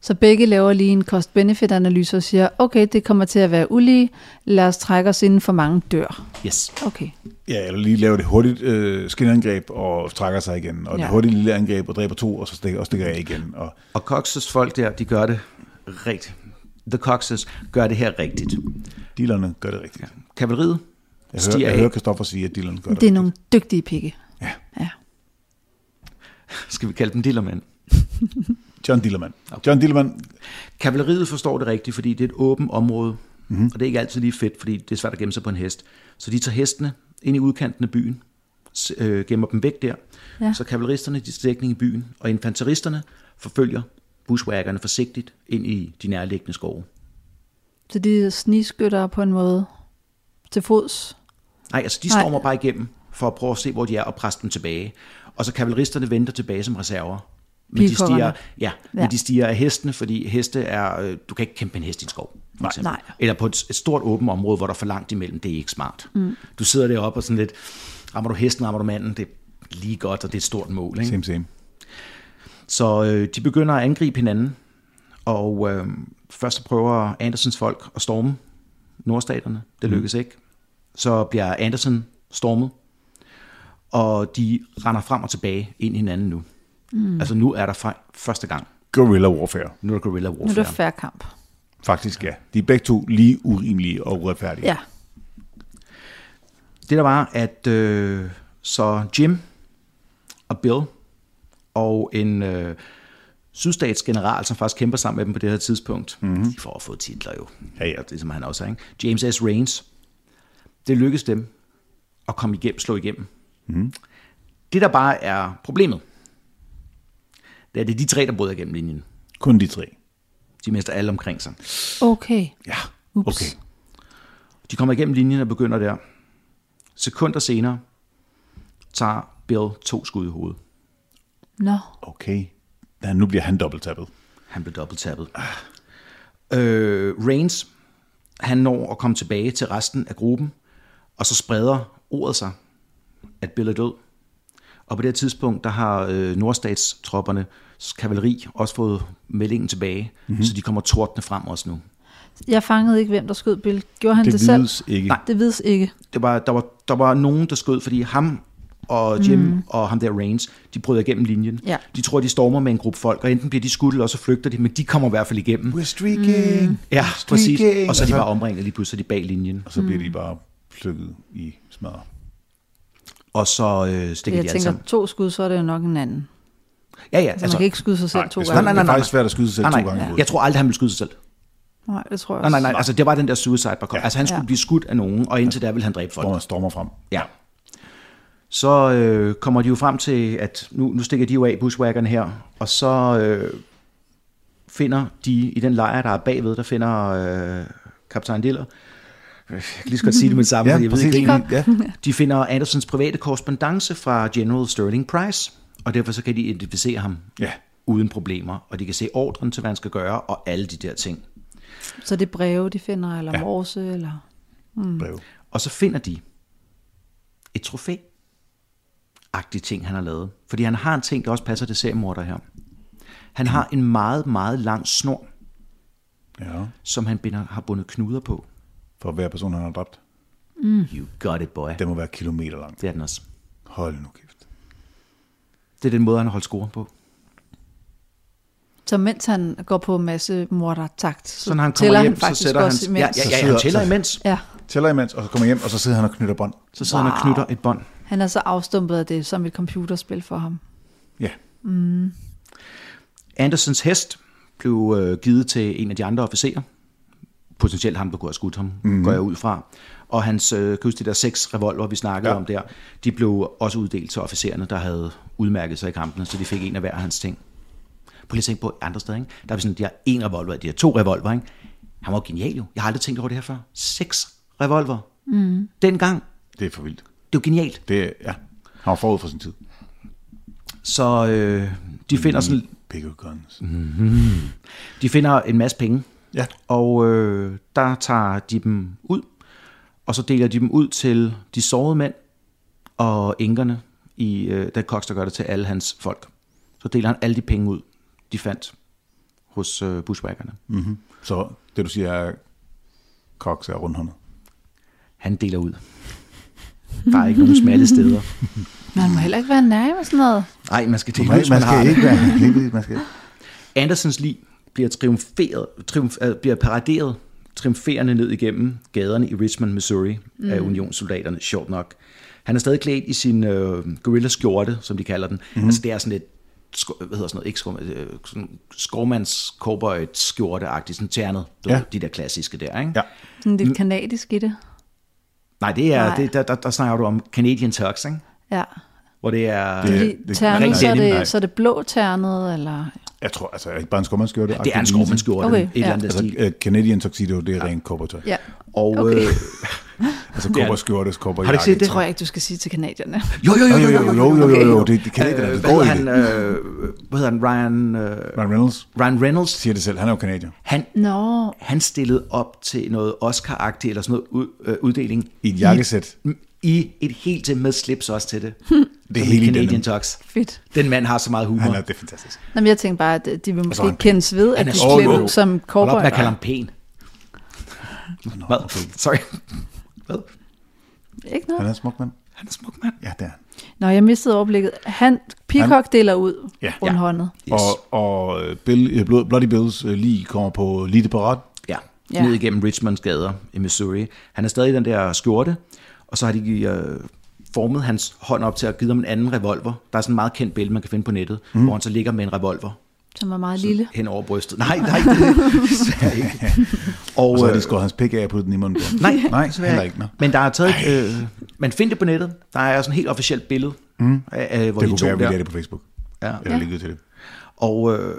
S3: Så begge laver lige en cost-benefit-analyse og siger, okay, det kommer til at være ulige, lad os trække os inden for mange dør.
S1: Yes.
S3: Okay.
S2: Ja, eller lige lave det hurtigt øh, skinangreb og trækker sig igen. Og ja. det
S3: Ja.
S2: hurtige lille angreb og dræber to, og så stikker, og stikker jeg igen. Og,
S1: Og Cox's folk der, de gør det rigtigt. The Coxes gør det her rigtigt.
S2: dealerne gør det rigtigt. Ja.
S1: Kavaleriet
S2: Jeg hører,
S1: stiger
S2: jeg
S1: af.
S2: hører Christoffer sige, at dealerne gør det,
S3: Det er
S2: rigtigt.
S3: nogle dygtige pigge.
S2: Ja.
S3: ja.
S1: Skal vi kalde dem dillermænd?
S2: John Dillermand. Okay. John Dillermand,
S1: Kavaleriet forstår det rigtigt, fordi det er et åbent område, mm-hmm. og det er ikke altid lige fedt, fordi det er svært at gemme sig på en hest. Så de tager hestene ind i udkanten af byen, s- øh, gemmer dem væk der, ja.
S3: Ja.
S1: så kavaleristerne de tager dækning i byen, og infanteristerne forfølger bushwaggerne forsigtigt ind i de nærliggende skove.
S3: Så de er snigskytter på en måde til fods.
S1: Nej, altså de
S3: Nej.
S1: stormer bare igennem for at prøve at se, hvor de er, og presse dem tilbage. Og så kavaleristerne venter tilbage som reserver. Men de,
S3: Pilkongerne.
S1: stiger, ja, ja.
S3: Ja.
S1: men de stiger af hestene, fordi heste er, øh, du kan ikke kæmpe med en hest i en skov. for
S2: Nej.
S1: eksempel.
S3: Nej.
S1: Eller på et, et stort åbent område, hvor der er for langt imellem, det er ikke smart. Mm. Du sidder deroppe og sådan lidt, rammer du hesten, rammer du manden, det er lige godt, og det er et stort mål. Ikke?
S2: same same.
S1: Så øh, de begynder at angribe hinanden, og øh, først så prøver Andersens folk at storme nordstaterne. Det lykkes ikke. Så bliver Andersen stormet, og de render frem og tilbage ind i hinanden nu. Mm. Altså nu er der fra første gang,
S2: Guerrilla warfare.
S1: nu er der guerrilla warfare.
S3: Nu er det færre kamp.
S2: Faktisk ja. De er begge to lige urimelige og uretfærdige.
S3: Ja.
S1: Det der var, at øh, så Jim og Bill og en øh, sydstatsgeneral, som faktisk kæmper sammen med dem på det her tidspunkt, mm-hmm. for at få titler jo,
S2: Mhm. Ja, ja.
S1: det som han også er, ikke? James S. Raines, det lykkedes dem at komme igennem, slå igennem. Mm-hmm.
S2: Mhm.
S1: Det der bare er problemet, det er, det er de tre, der bryder igennem linjen.
S2: Kun de tre.
S1: De mister alle omkring sig.
S3: Okay.
S2: Ja,
S3: Ups.
S2: okay.
S1: De kommer igennem linjen og begynder der. Sekunder senere tager Bill to skud i hovedet.
S3: Nå.
S2: Okay. Ja, nu bliver han dobbelttappet.
S1: Han blev dobbelttappet. Øh, Reigns, han når at komme tilbage til resten af gruppen, og så spreder ordet sig, at Bill er død. Og på det her tidspunkt, der har øh, nordstatstroppernes kavaleri også fået meldingen tilbage, mm-hmm. så de kommer tordende frem også nu.
S3: Jeg fangede ikke, hvem der skød Bill. Gjorde han
S2: Det
S3: det, det selv?
S2: vides ikke.
S1: Nej.
S3: Det vides ikke.
S1: Det var, der, var, der var nogen, der skød, fordi ham og Jim mm. og ham der Reigns, de bryder igennem linjen.
S3: Ja.
S1: De tror, de stormer med en gruppe folk, og enten bliver de skudt, eller så flygter de, men de kommer i hvert fald igennem.
S2: We're streaking. Mm.
S1: Ja, præcis. Og så er de
S2: Altså-
S1: bare omringet lige pludselig så er de bag linjen.
S2: Og så bliver
S3: Mm.
S2: de bare plukket i smadret.
S1: Og så øh, stikker
S3: Jeg
S1: de alle
S3: tænker,
S1: sammen.
S3: to skud, så er det jo nok en anden. Så
S1: Ja, ja.
S3: altså, man kan ikke skyde sig selv to
S2: det
S3: gange.
S2: er,
S1: Nej, nej,
S2: det er
S1: nej,
S2: faktisk
S1: nej.
S2: svært at skyde sig selv
S1: nej,
S2: to gange. i
S1: nej.
S2: hovedet.
S1: Jeg tror aldrig, han ville skyde sig selv.
S3: Nej, det tror jeg
S1: Nej,
S3: også.
S1: nej, nej. Altså, det var den der suicide par
S2: Ja.
S1: Altså, han skulle
S3: Ja.
S1: blive skudt af nogen, og indtil der ville han dræbe folk.
S2: Hvor man stormer frem.
S1: Ja. Så øh, kommer de jo frem til, at nu, nu stikker de jo af bushwaggerne her, og så øh, finder de i den lejr, der er bagved, der finder øh, kaptajn Diller. Øh, Jeg kan lige så godt sige det med det samme,
S2: Ja,
S1: fordi jeg ved
S2: præcis.
S1: ikke
S2: Lige
S1: ja. De finder Andersons private korrespondence fra General Sterling Price, og derfor så kan de identificere ham
S2: Ja.
S1: uden problemer, og de kan se ordren til, hvad han skal gøre, og alle de der ting.
S3: Så det er breve, de finder, eller morse, eller... Mm.
S2: Brev.
S1: Og så finder de et trofæ agtig ting, han har lavet. Fordi han har en ting, der også passer til seriemorder her. Han har en meget, meget lang snor,
S2: Ja.
S1: som han binder, har bundet knuder på.
S3: Mm.
S2: For hver person, han har dræbt.
S1: You got it, boy.
S2: Den må være kilometer lang.
S1: Det er den også.
S2: Hold nu kæft.
S1: Det er den måde, han har holdt score på.
S3: Så mens han går på masse mordertakt, så,
S1: Så når han kommer
S3: tæller
S1: hjem,
S3: han
S1: så
S3: faktisk
S1: sætter han... Ja,
S3: også imens.
S1: ja,
S2: Så
S1: ja,
S2: sidder-
S1: han tæller
S2: så-
S1: imens.
S3: ja.
S2: Tæller imens, og så kommer hjem, og så sidder han og knytter bånd.
S1: Så sidder wow. han og knytter et bånd.
S3: Han er så afstumpet af det som et computerspil for ham.
S2: Ja.
S1: Andersens hest blev øh, givet til en af de andre officerer. Potentielt ham, der kunne have skudt ham, mm. går jeg ud fra. Og hans, øh, kan du huske de der seks revolver, vi snakkede
S2: Ja.
S1: ja. om der, de blev også uddelt til officererne, der havde udmærket sig i kampene, så de fik en af hver af hans ting. Prøv lige at tænke på andre steder, ikke? Der er vi sådan, de har en revolver, de har to revolver, ikke? Han var jo genial jo. Jeg har aldrig tænkt over det her før. Seks revolver. Mm. Dengang.
S2: Det er for vildt.
S1: Det er jo genialt.
S2: Det er, ja. Han var forud for sin tid.
S1: Så øh, de
S2: Mhm.
S1: finder sådan,
S2: Bigger Mm-hmm. guns.
S1: de finder en masse penge,
S2: Ja.
S1: og øh, der tager de dem ud, og så deler de dem ud til de sårede mænd og enkerne, i, øh, da Cox der gør det til alle hans folk. Så deler han alle de penge ud, de fandt hos øh, bushwhackerne.
S2: Mm-hmm. Så det, du siger, er, Cox er rundhåndet.
S1: Han deler ud. Der er ikke nogen smalle steder.
S3: Man må heller ikke være nær med sådan noget.
S1: Nej, man skal dele
S2: Man,
S1: ud, som
S2: man
S1: har
S2: skal
S1: det.
S2: ikke være klippet, man skal...
S1: Andersens liv bliver, triumferet, triumf, øh, bliver paraderet triumferende ned igennem gaderne i Richmond, Missouri mm. af unionssoldaterne, sjovt nok. Han er stadig klædt i sin øh, gorilla-skjorte, som de kalder den.
S2: Mhm.
S1: Mm. Altså det er sådan lidt sko- hvad hedder sådan noget, ikke skorm, øh, sådan skovmands cowboy skjorte agtigt sådan ternet, du
S2: Ja.
S1: ved, de der klassiske der, ikke?
S2: Ja.
S3: Sådan lidt kanadisk i det.
S1: Nej, det er,
S3: Nej.
S1: Det, der, der, der, snakker du om Canadian tux, ikke?
S3: Ja.
S1: Hvor Øh, det er...
S2: Det-
S3: Fordi
S2: det-
S3: ternet,
S1: rigtig
S3: så er
S2: nej.
S3: det, så er det blå ternet, eller...
S2: Jeg tror, altså, er det ikke bare en skovmandskjorte.
S1: det er en skovmandskjorte,
S3: Okay,
S1: okay, et eller
S3: ja.
S1: andet ja. stil.
S2: Altså, øh, Canadian tuxedo, det er rent kobbertøj.
S3: Ja.
S1: Og,
S3: Okay.
S1: øh,
S2: Altså kobberskjorte, kobberjakke.
S1: Har du ikke set
S3: Det tror jeg ikke, du skal sige til kanadierne.
S1: Jo, jo, jo,
S2: Jo,
S1: jo,
S2: jo, jo, jo, jo,
S1: okay.
S2: jo, det, det kan ikke, det
S1: Hvad
S2: går
S1: hedder
S2: ikke.
S1: han, øh, hvad hedder han, Ryan, øh,
S2: Ryan Reynolds
S1: Ryan Reynolds,
S2: siger det selv, han er jo kanadier.
S1: han,
S3: Nå,
S1: han stillede op til noget Oscar-agtigt eller sådan noget ud, øh, uddeling
S2: I et jakkesæt.
S1: i et helt til med slips også til det.
S2: Det er
S1: Som i
S2: hele
S1: Canadian
S2: denim.
S1: Tux.
S3: fedt.
S1: Den mand har så meget humor.
S2: Han er,
S1: er,
S2: det er fantastisk.
S3: Nå, men jeg tænkte bare, at øh, de vil måske
S2: Altså, han-
S3: ikke kendes ved, at
S1: han
S3: de
S1: er
S3: er
S1: så
S3: klædt
S2: god.
S3: ud som cowboy.
S1: jeg kalder ham pæn. Hvad? Sorry. Hvad?
S3: Ikke
S2: Han
S3: noget?
S2: er en smuk mand.
S1: Han er smuk, mand.
S2: Ja, det er han.
S3: Nå, jeg mistede overblikket. Han, Peacock deler ud
S2: Ja.
S3: rundt håndet.
S1: Yes.
S2: Og,
S1: Og,
S2: og øh, Bill, øh, Blood- Bloody Bills øh, lige kommer på Lite Parade.
S1: ja,
S3: Ja.
S1: ned igennem Richmonds gader i Missouri. Han er stadig i den der skjorte, og så har de øh, formet hans hånd op til at give ham en anden revolver. Der er sådan en meget kendt billede, man kan finde på nettet, mm. hvor han så ligger med en revolver
S3: Som var meget lille.
S1: hen over brystet. Nej, nej, det er desværre ikke. Og,
S2: Og så har de
S1: øh,
S2: skåret hans pik af og puttet den i munden på ham.
S1: Nej,
S2: Nej,
S1: desværre
S2: heller ikke. Nå.
S1: Men der er taget, øh, man finder det på nettet. Der er sådan et helt officielt billede, mm. af, af, hvor
S2: Det
S1: de
S2: kunne
S1: to
S2: være, at vi lagde
S1: der.
S2: det på Facebook.
S1: Ja.
S2: Eller ja. linkede til det.
S1: Og øh,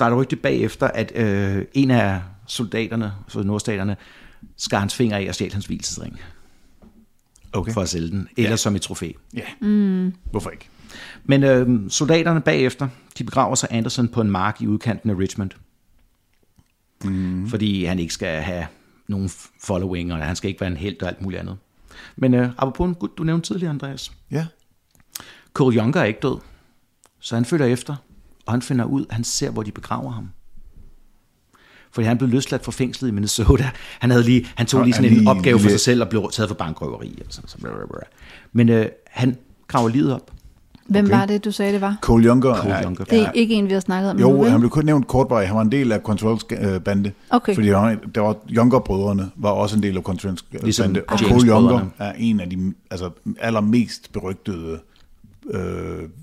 S1: der er et rygte bagefter, at øh, en af soldaterne, så nordstaterne, skar hans finger af og stjal hans hvilesesring
S2: Okay.
S1: for at sælge den, eller ja. som et trofæ.
S2: Ja. Mm. Hvorfor ikke?
S1: Men øh, soldaterne bagefter, de begraver sig Anderson på en mark i udkanten af Richmond. Mm. Fordi han ikke skal have nogen following, og han skal ikke være en held og alt muligt andet. Men øh, apropos en gut, du nævnte tidligere, Andreas.
S2: Ja.
S1: Cole Younger er ikke død, så han følger efter, og han finder ud, han ser, hvor de begraver ham. Fordi han blev løsladt fra fængslet i Minnesota. Han, havde lige, han tog
S2: Og
S1: lige
S2: er
S1: sådan en
S2: lige-
S1: opgave for
S2: lige-
S1: sig selv og blev taget for bankrøveri. Og sådan, så bla, bla, bla. Men øh, han graver livet op.
S3: Hvem
S2: Okay.
S3: var det, du sagde, det var?
S2: Cole Younger.
S1: Cole
S2: er-
S1: Younger.
S3: Det er ikke en, vi har snakket om. nu,
S2: Jo,
S3: vel?
S2: han blev kun nævnt kortvarigt. Han var en del af Controls øh, bande.
S3: Okay.
S2: Fordi han, der var Younger-brødrene var også en del af Controls øh,
S1: Ligesom
S2: bande. Og
S1: James-brødrene.
S2: Cole Younger er en af de altså, allermest berygtede øh,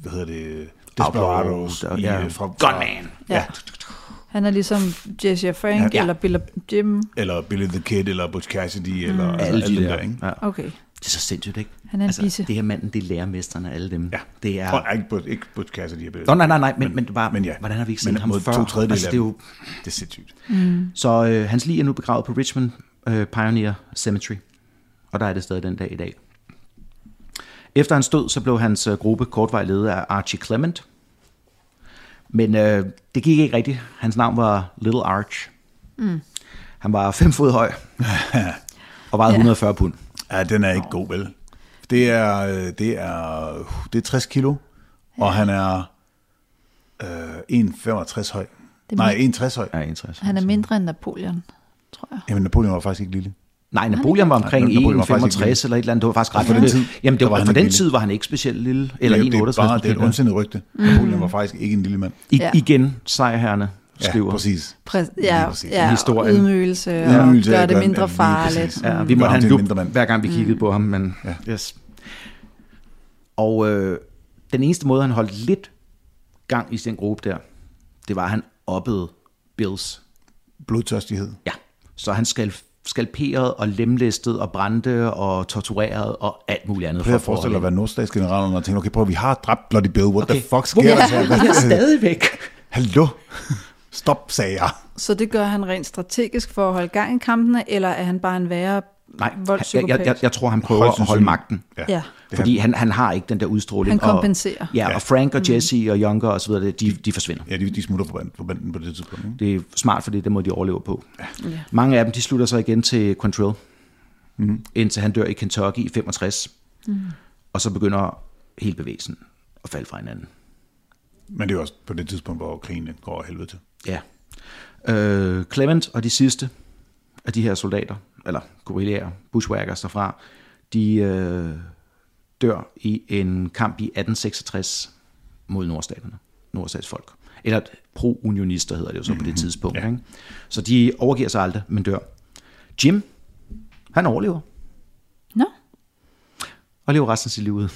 S2: hvad hedder det, desperados
S1: Outlaws,
S2: i,
S1: ja.
S2: øh, fra, fra,
S1: Gunman.
S2: Ja.
S3: Ja. Han er ligesom Jesse Frank
S1: Ja.
S3: ja. eller Bill Jim.
S2: Eller Billy the Kid, eller Butch Cassidy, eller altså,
S1: Alle de der.
S2: ikke?
S1: Ja.
S3: Okay.
S1: Det er så sindssygt, ikke? Altså,
S3: Han er en bisse.
S1: Det her manden, det er lærermesterne af alle dem.
S2: Ja.
S1: Det er...
S2: Og ikke, Butch, ikke Butch Cassidy. og Billy
S1: Nå, nej,
S2: the Kid.
S1: nej, nej, men, men, bare,
S2: men ja.
S1: hvordan har vi ikke set
S2: men
S1: ham
S2: mod
S1: før?
S2: to tredjedele
S1: altså, det er jo,
S2: Det er sindssygt.
S1: Så øh, hans lig er nu begravet på Richmond øh, Pioneer Cemetery, og der er det stadig den dag i dag. Efter hans død, så blev hans øh, gruppe kortvej ledet af Archie Clement, men øh, det gik ikke rigtigt. Hans navn var Little Arch. Mm. Han var 5 fod høj og vejede
S3: Ja.
S1: 140 pund.
S2: Ja, den er ikke god, vel? Det er, øh, det er, uh, det er 60 kilo, og han er øh, 1,65 høj.
S3: er
S2: Nej,
S3: min-
S2: 1,60 høj.
S1: Ja, interessant.
S3: Han er mindre end Napoleon, tror jeg.
S2: Jamen, Napoleon var faktisk ikke lille.
S1: Nej, Napoleon var omkring
S2: Nej, Napoleon var faktisk ikke
S1: 1,65 eller et eller andet. Det var faktisk ret
S2: for den
S1: lille.
S2: tid,
S1: Jamen, det
S2: der var
S1: var,
S2: han
S1: for
S2: ikke
S1: den
S2: lille.
S1: tid var han ikke specielt lille. Eller
S2: det, det, er
S1: 1,68.
S2: bare, det er et
S1: måske. Mm.
S2: ondsindet rygte. Napoleon var faktisk ikke en lille mand.
S1: I,
S3: Ja.
S1: igen, sejrherrene
S2: Ja,
S1: skriver.
S2: præcis.
S3: Præ- ja,
S2: præcis.
S3: ja,
S1: Historien.
S3: historien. Ydmygelse,
S2: Ydmygelse
S3: og
S2: er
S3: gør det
S2: godt,
S3: mindre
S2: at lige præcis.
S3: farligt.
S1: Ja,
S3: Ja.
S1: vi
S2: Gør
S1: måtte
S2: ham
S1: have en
S2: til en
S1: lup,
S2: mindre mand.
S1: hver gang vi kiggede mm. på ham. Men, ja. yes. Og øh, den eneste måde, han holdt lidt gang i sin gruppe der, det var, at han oppede Bills.
S2: Blodtørstighed.
S1: Ja, så han skal skalperet og lemlæstet og brændte og tortureret og alt muligt andet.
S2: Prøv at
S1: at
S2: forestille dig at
S1: holde
S2: være nordstatsgeneralerne og tænke, okay, prøv at- vi har dræbt Bloody Bill. What okay. the
S1: ind.
S2: fuck sker der?
S1: Hvor er jeg stadigvæk?
S2: Hallo? Stop, sagde jeg.
S3: Så det gør han rent strategisk for at holde gang i kampene, eller er han bare en værre
S1: Nej, jeg,
S3: voldspsykopat.
S1: jeg, jeg, jeg tror, han prøver
S2: Højst
S1: at holde
S2: sandsynligt.
S1: magten.
S3: Ja.
S1: Fordi han, han har ikke den der udstråling.
S3: Han kompenserer.
S1: Og, ja, og Frank og Jesse og Younger og så videre, de, de forsvinder.
S2: Ja, Mm. de, de smutter fra banden, fra banden på det tidspunkt. Ikke?
S1: Det er smart, fordi det må de overleve på. Ja. Mange af dem, de slutter sig igen til Quantrill, mm. indtil han dør i Kentucky i 65. Mm. Og så begynder hele bevægelsen at falde fra hinanden.
S2: Men det er jo også på det tidspunkt, hvor krigen den går af helvede til.
S1: Ja. Øh, Clement og de sidste af de her soldater, eller guerillaer, bushwhackers derfra, de øh, dør i en kamp i 1866 mod nordstaterne, nordstatsfolk. Eller pro-unionister hedder det jo så på det tidspunkt.
S2: Ja.
S1: Ikke? Så de overgiver sig aldrig, men dør. Jim, han overlever,
S3: Nå,
S1: og lever resten af sit liv ud.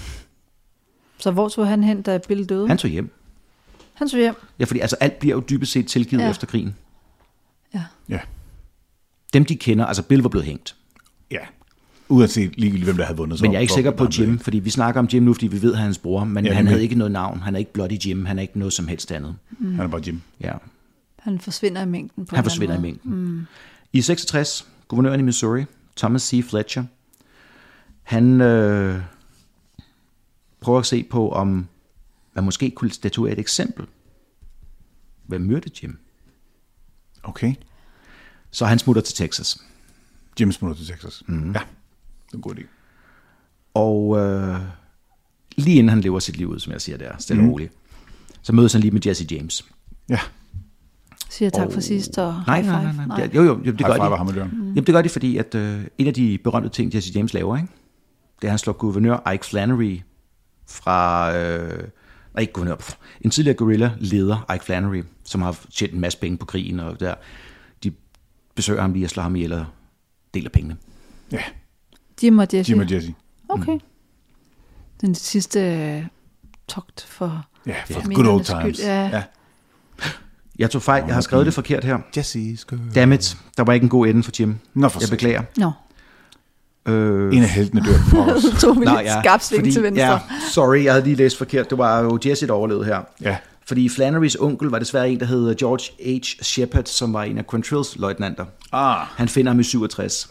S3: så hvor tog han hen, da Bill døde? Han,
S1: Han tog hjem.
S3: han tog hjem.
S1: Ja, fordi altså, alt bliver jo dybest set tilgivet ja.
S3: Ja.
S1: efter krigen.
S3: Ja.
S2: Ja.
S1: Dem, de kender, altså Bill var blevet hængt.
S2: Ja. Uanset ligegyldigt, hvem der havde vundet. så
S1: Men jeg er ikke
S2: var-
S1: sikker på
S2: var-
S1: Jim, fordi vi snakker om Jim nu, fordi vi ved, at han er hans bror, men
S2: Ja,
S1: ja, han
S2: nemlig.
S1: havde ikke noget navn, han er ikke Bloody Jim, han er ikke noget som helst andet.
S2: øh, Han er bare Jim.
S1: Ja,
S3: Han forsvinder i mængden. På en
S1: han
S3: eller
S1: forsvinder i
S3: anden måde.
S1: mængden. Mm. I 66, guvernøren i Missouri, Thomas C. Fletcher, han øh, prøver at se på, om man måske kunne statuere et eksempel. Hvad myrdede Jim?
S2: Okay.
S1: Så han smutter til Texas.
S2: Jim smutter til Texas.
S1: Mhm.
S2: Mm. Ja. Det er en god idé.
S1: Og øh, lige inden han lever sit liv ud, som jeg siger der, stille
S2: Mhm.
S1: mm. og roligt, så mødes han lige med Jesse James.
S2: Ja.
S3: Siger tak for sidst og
S1: Nej,
S3: high
S1: nej,
S3: five.
S1: nej, nej. Ja, Jo, jo, jo det
S2: High five og
S1: gør
S2: ham
S1: de.
S2: i døren.
S1: Jamen, det gør de, fordi at, øh, en af de berømte ting, Jesse James laver, ikke? det er, at han slår guvernør Ike Flannery fra... Øh, nej, ikke guvernør. Pff, en tidligere gorilla leder Ike Flannery, som har tjent en masse penge på krigen, og der, de besøger ham lige og slår ham ihjel og deler pengene.
S2: Ja.
S3: Jim og Jesse.
S2: Jim og Jesse.
S3: Okay.
S1: Mm.
S3: Den sidste øh, togt for...
S2: Ja, for
S3: Ja.
S2: good old
S3: Familiernes
S2: times.
S3: skyld, ja.
S1: Jeg tog fejl. Jeg har skrevet det forkert her.
S2: Jesse's girl.
S1: Dammit, der var ikke en god ende for Jim.
S2: Nå, for
S1: Jeg
S2: satan.
S1: beklager.
S3: Nå,
S1: Øh,
S2: En af heltene dør for os.
S3: så tog vi lidt
S1: ja,
S3: skarpsving til venstre.
S1: Ja, sorry, jeg havde lige læst forkert. Det var jo Jesse, der overlevede her.
S2: Ja.
S1: Fordi Flannerys onkel var desværre en, der hed George H. Shepard, som var en af Quintrills løjtnanter.
S2: Ah,
S1: Han finder ham i 67.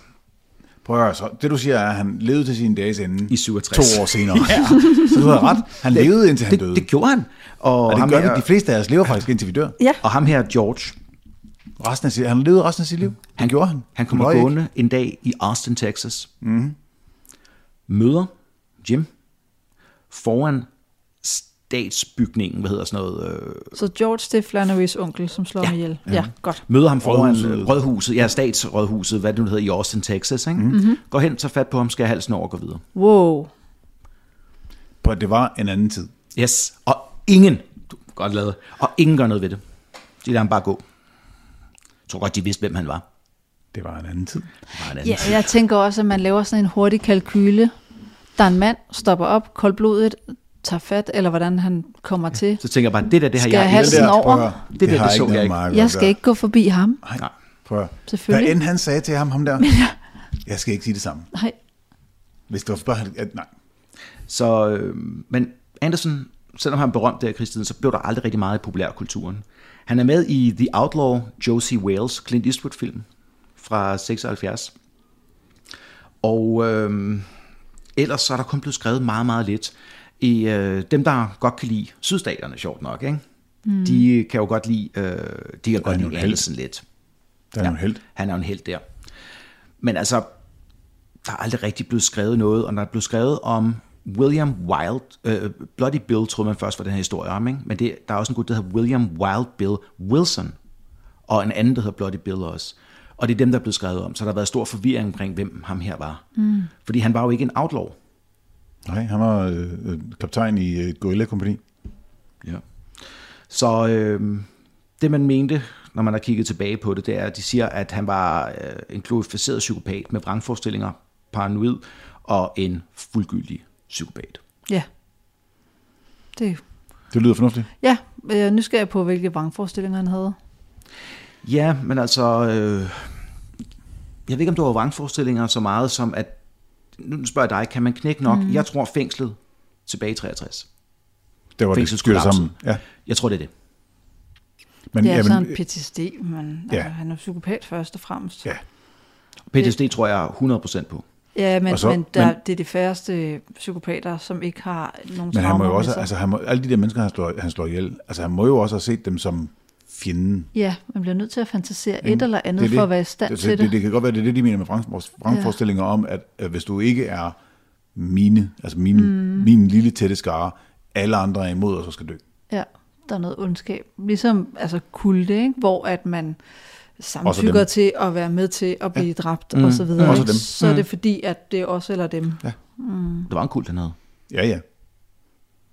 S2: prøv at høre så. Det du siger er, at han levede til sine dages ende.
S1: I 67.
S2: To år senere. ja. Så du havde ret. Han levede indtil han døde.
S1: Det, det gjorde han. Og,
S2: og
S1: ham
S2: det gør vi.
S1: her,
S2: De fleste af os lever faktisk indtil vi dør.
S3: Ja,
S1: og ham her, George,
S2: Resten af sit, han levede resten af sit liv. Det han, gjorde han.
S1: han kommer
S2: Løj ikke.
S1: gående en dag i Austin, Texas. Mm-hmm.
S2: Mhm.
S1: Møder Jim foran statsbygningen, hvad hedder sådan noget, øh,
S3: så George, det er Flannerys onkel, som slår
S1: Ja.
S3: ja. ham ihjel. Ja, godt.
S1: møder ham foran
S2: Rådhuset.
S1: rådhuset, rådhuset ja, statsrådhuset, hvad det nu hedder, i Austin, Texas. Ikke?
S2: Mhm.
S1: Mm-hmm. Går hen, tager fat på ham, skal halsen over og går videre.
S3: Wow.
S2: På- Det var en anden tid.
S1: Yes, og ingen, du, godt lavet, og ingen gør noget ved det. De lader ham bare gå. Jeg tror godt, de vidste, hvem han var.
S2: Det var en anden tid.
S1: Det var en anden
S3: Ja,
S1: tid.
S3: jeg tænker også, at man laver sådan en hurtig kalkyle. Der er en mand, stopper op, koldblodet, tager fat, eller hvordan han kommer til.
S1: Så tænker jeg bare, det der, det har
S3: Skal jeg
S1: jeg
S3: have
S1: ikke-
S3: Halsen
S2: prøv at
S3: over.
S2: høre,
S1: Det der,
S2: har
S1: det så
S2: ikke
S1: jeg
S2: noget
S1: ikke.
S2: meget
S3: Jeg skal ikke gå forbi ham.
S2: Nej,
S1: Nej.
S2: prøv at høre.
S3: Selvfølgelig.
S2: Hvad end han sagde til ham, ham der, jeg skal ikke sige det samme.
S3: Nej,
S2: Hvis det var bare, at, nej.
S1: Så, øh, men Andersen, selvom han er berømt der i krigstiden, så blev der aldrig rigtig meget i populærkulturen. Han er med i The Outlaw Josie Wales Clint Eastwood-film fra 76. Og øh, ellers så er der kun blevet skrevet meget, meget lidt. I, øh, dem, der godt kan lide sydstaterne, sjovt nok, ikke? Mm. de kan jo godt lide, øh, de kan
S2: er
S1: godt
S2: jo en
S1: lide
S2: helt.
S1: Andersen lidt.
S2: Der er ja. en held.
S1: Han er jo en held der. Men altså, der er aldrig rigtig blevet skrevet noget, og når der er blevet skrevet om William Wild, øh, Bloody Bill troede man først var den her historie om, ikke? men det, der er også en god, der hedder William Wild Bill Wilson, og en anden, der hedder Bloody Bill også. Og det er dem, der er blevet skrevet om, så der har været stor forvirring omkring, hvem ham her var. Mm. Fordi han var jo ikke en outlaw.
S2: Nej, han var øh, øh, kaptajn i øh, et gorilla-kompani.
S1: Ja. Så øh, det man mente, når man har kigget tilbage på det, det er, at de siger, at han var øh, en glorificeret psykopat med vrangforestillinger, paranoid og en fuldgyldig psykopat.
S3: ja. Det.
S2: Det lyder fornuftigt.
S3: Ja, jeg er nysgerrig på, hvilke vrangforestillinger han havde.
S1: Ja, men altså, øh, jeg ved ikke, om du har vrangforestillinger så meget som, at, nu spørger jeg dig, kan man knække nok? Mm. Jeg tror fængslet tilbage i 63.
S2: Det var det,
S1: Fængslet
S2: skyder sammen. Ja.
S1: Jeg tror, det er det.
S2: Men,
S3: Det er
S2: jamen, øh,
S3: sådan en PTSD, men
S2: ja.
S3: ja. altså, han er psykopat først og fremmest.
S2: ja.
S1: PTSD tror jeg 100% på.
S3: Ja, men,
S2: Og så-
S3: så, men, der,
S2: men-
S3: men det er de færreste psykopater, som ikke har nogen
S2: Men han må jo
S3: traumer
S2: også,
S3: med sig.
S2: altså han må, alle de der mennesker, han slår, han slår ihjel, altså han må jo også have set dem som fjenden.
S3: Ja, man bliver nødt til at fantasere
S2: ikke?
S3: et eller andet for at være i stand
S2: det,
S3: til det.
S2: det. Det kan godt være, det er det, de mener med vrangforestillinger ja. om, at øh, hvis du ikke er mine, altså min, mm. min lille tætte skare, alle andre er imod, og så skal dø.
S3: Ja, der er noget ondskab. Ligesom altså kulte, ikke? hvor at man samtykker
S2: dem.
S3: til at være med til at blive ja. dræbt mm. og så videre.
S2: Også
S3: ikke?
S2: dem. Mm.
S3: Så er det fordi, at det er os eller dem. Ja.
S1: Det var en kult, han havde.
S2: Ja, ja.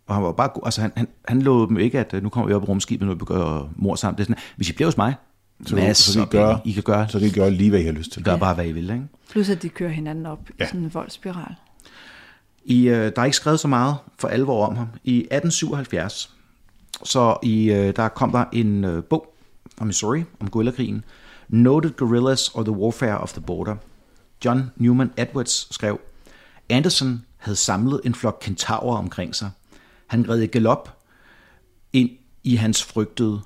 S1: Og han var bare god. Altså, han, han, han lå dem ikke, at øh, nu kommer vi op på rumskibet, nu begår mor sammen. Det er sådan, hvis I bliver hos mig,
S2: Så,
S1: masser
S2: så, kan I, gøre,
S1: I kan gøre,
S2: så kan I gøre lige, hvad I har lyst til.
S1: gør bare, hvad I vil. Ikke?
S3: Plus at de kører hinanden op ja. i sådan en voldspiral.
S1: I, øh, der er ikke skrevet så meget for alvor om ham. I 1877, så i, øh, der kom der en øh, bog fra Missouri om guerillakrigen, Noted Guerrillas or the Warfare of the Border. John Newman Edwards skrev, Anderson havde samlet en flok kentaurer omkring sig. Han red i galop ind i hans frygtede,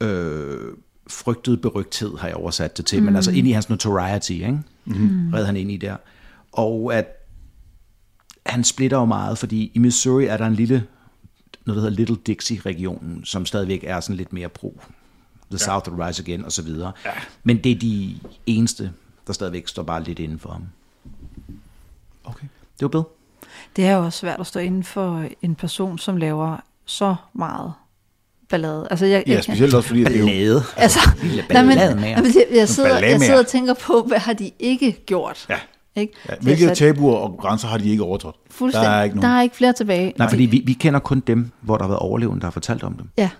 S1: øh, frygtede berygthed, har jeg oversat det til, mm. men altså ind i hans notoriety, ikke? Mm. red han ind i der. Og at han splitter jo meget, fordi i Missouri er der en lille, noget der hedder Little Dixie-regionen, som stadigvæk er sådan lidt mere pro. The ja. South will rise again, og så videre. Ja. Men det er de eneste, der stadigvæk står bare lidt inden for ham. Okay. Det var bedre.
S3: Det er jo også svært at stå inden for en person, som laver så meget ballade. Altså, jeg,
S2: Ja,
S3: jeg kan-
S2: specielt også fordi, at det er jo,
S1: Ballade.
S3: Altså,
S1: lille
S3: nej, men,
S1: ballade med jer.
S3: jamen, jeg, jeg, sidder,
S2: ballade
S3: jeg
S2: med
S3: sidder
S2: jer.
S3: og tænker på, hvad har de ikke gjort?
S2: Ja.
S3: Ikke?
S2: ja,
S3: De har
S2: hvilke
S3: sat-
S2: tabuer og grænser har de ikke overtrådt? Der
S3: Fuldstændig.
S2: er ikke nogen.
S3: der er ikke flere tilbage.
S1: Nej, fordi vi, vi kender kun dem, hvor der har været overlevende, der har fortalt om dem.
S3: Ja,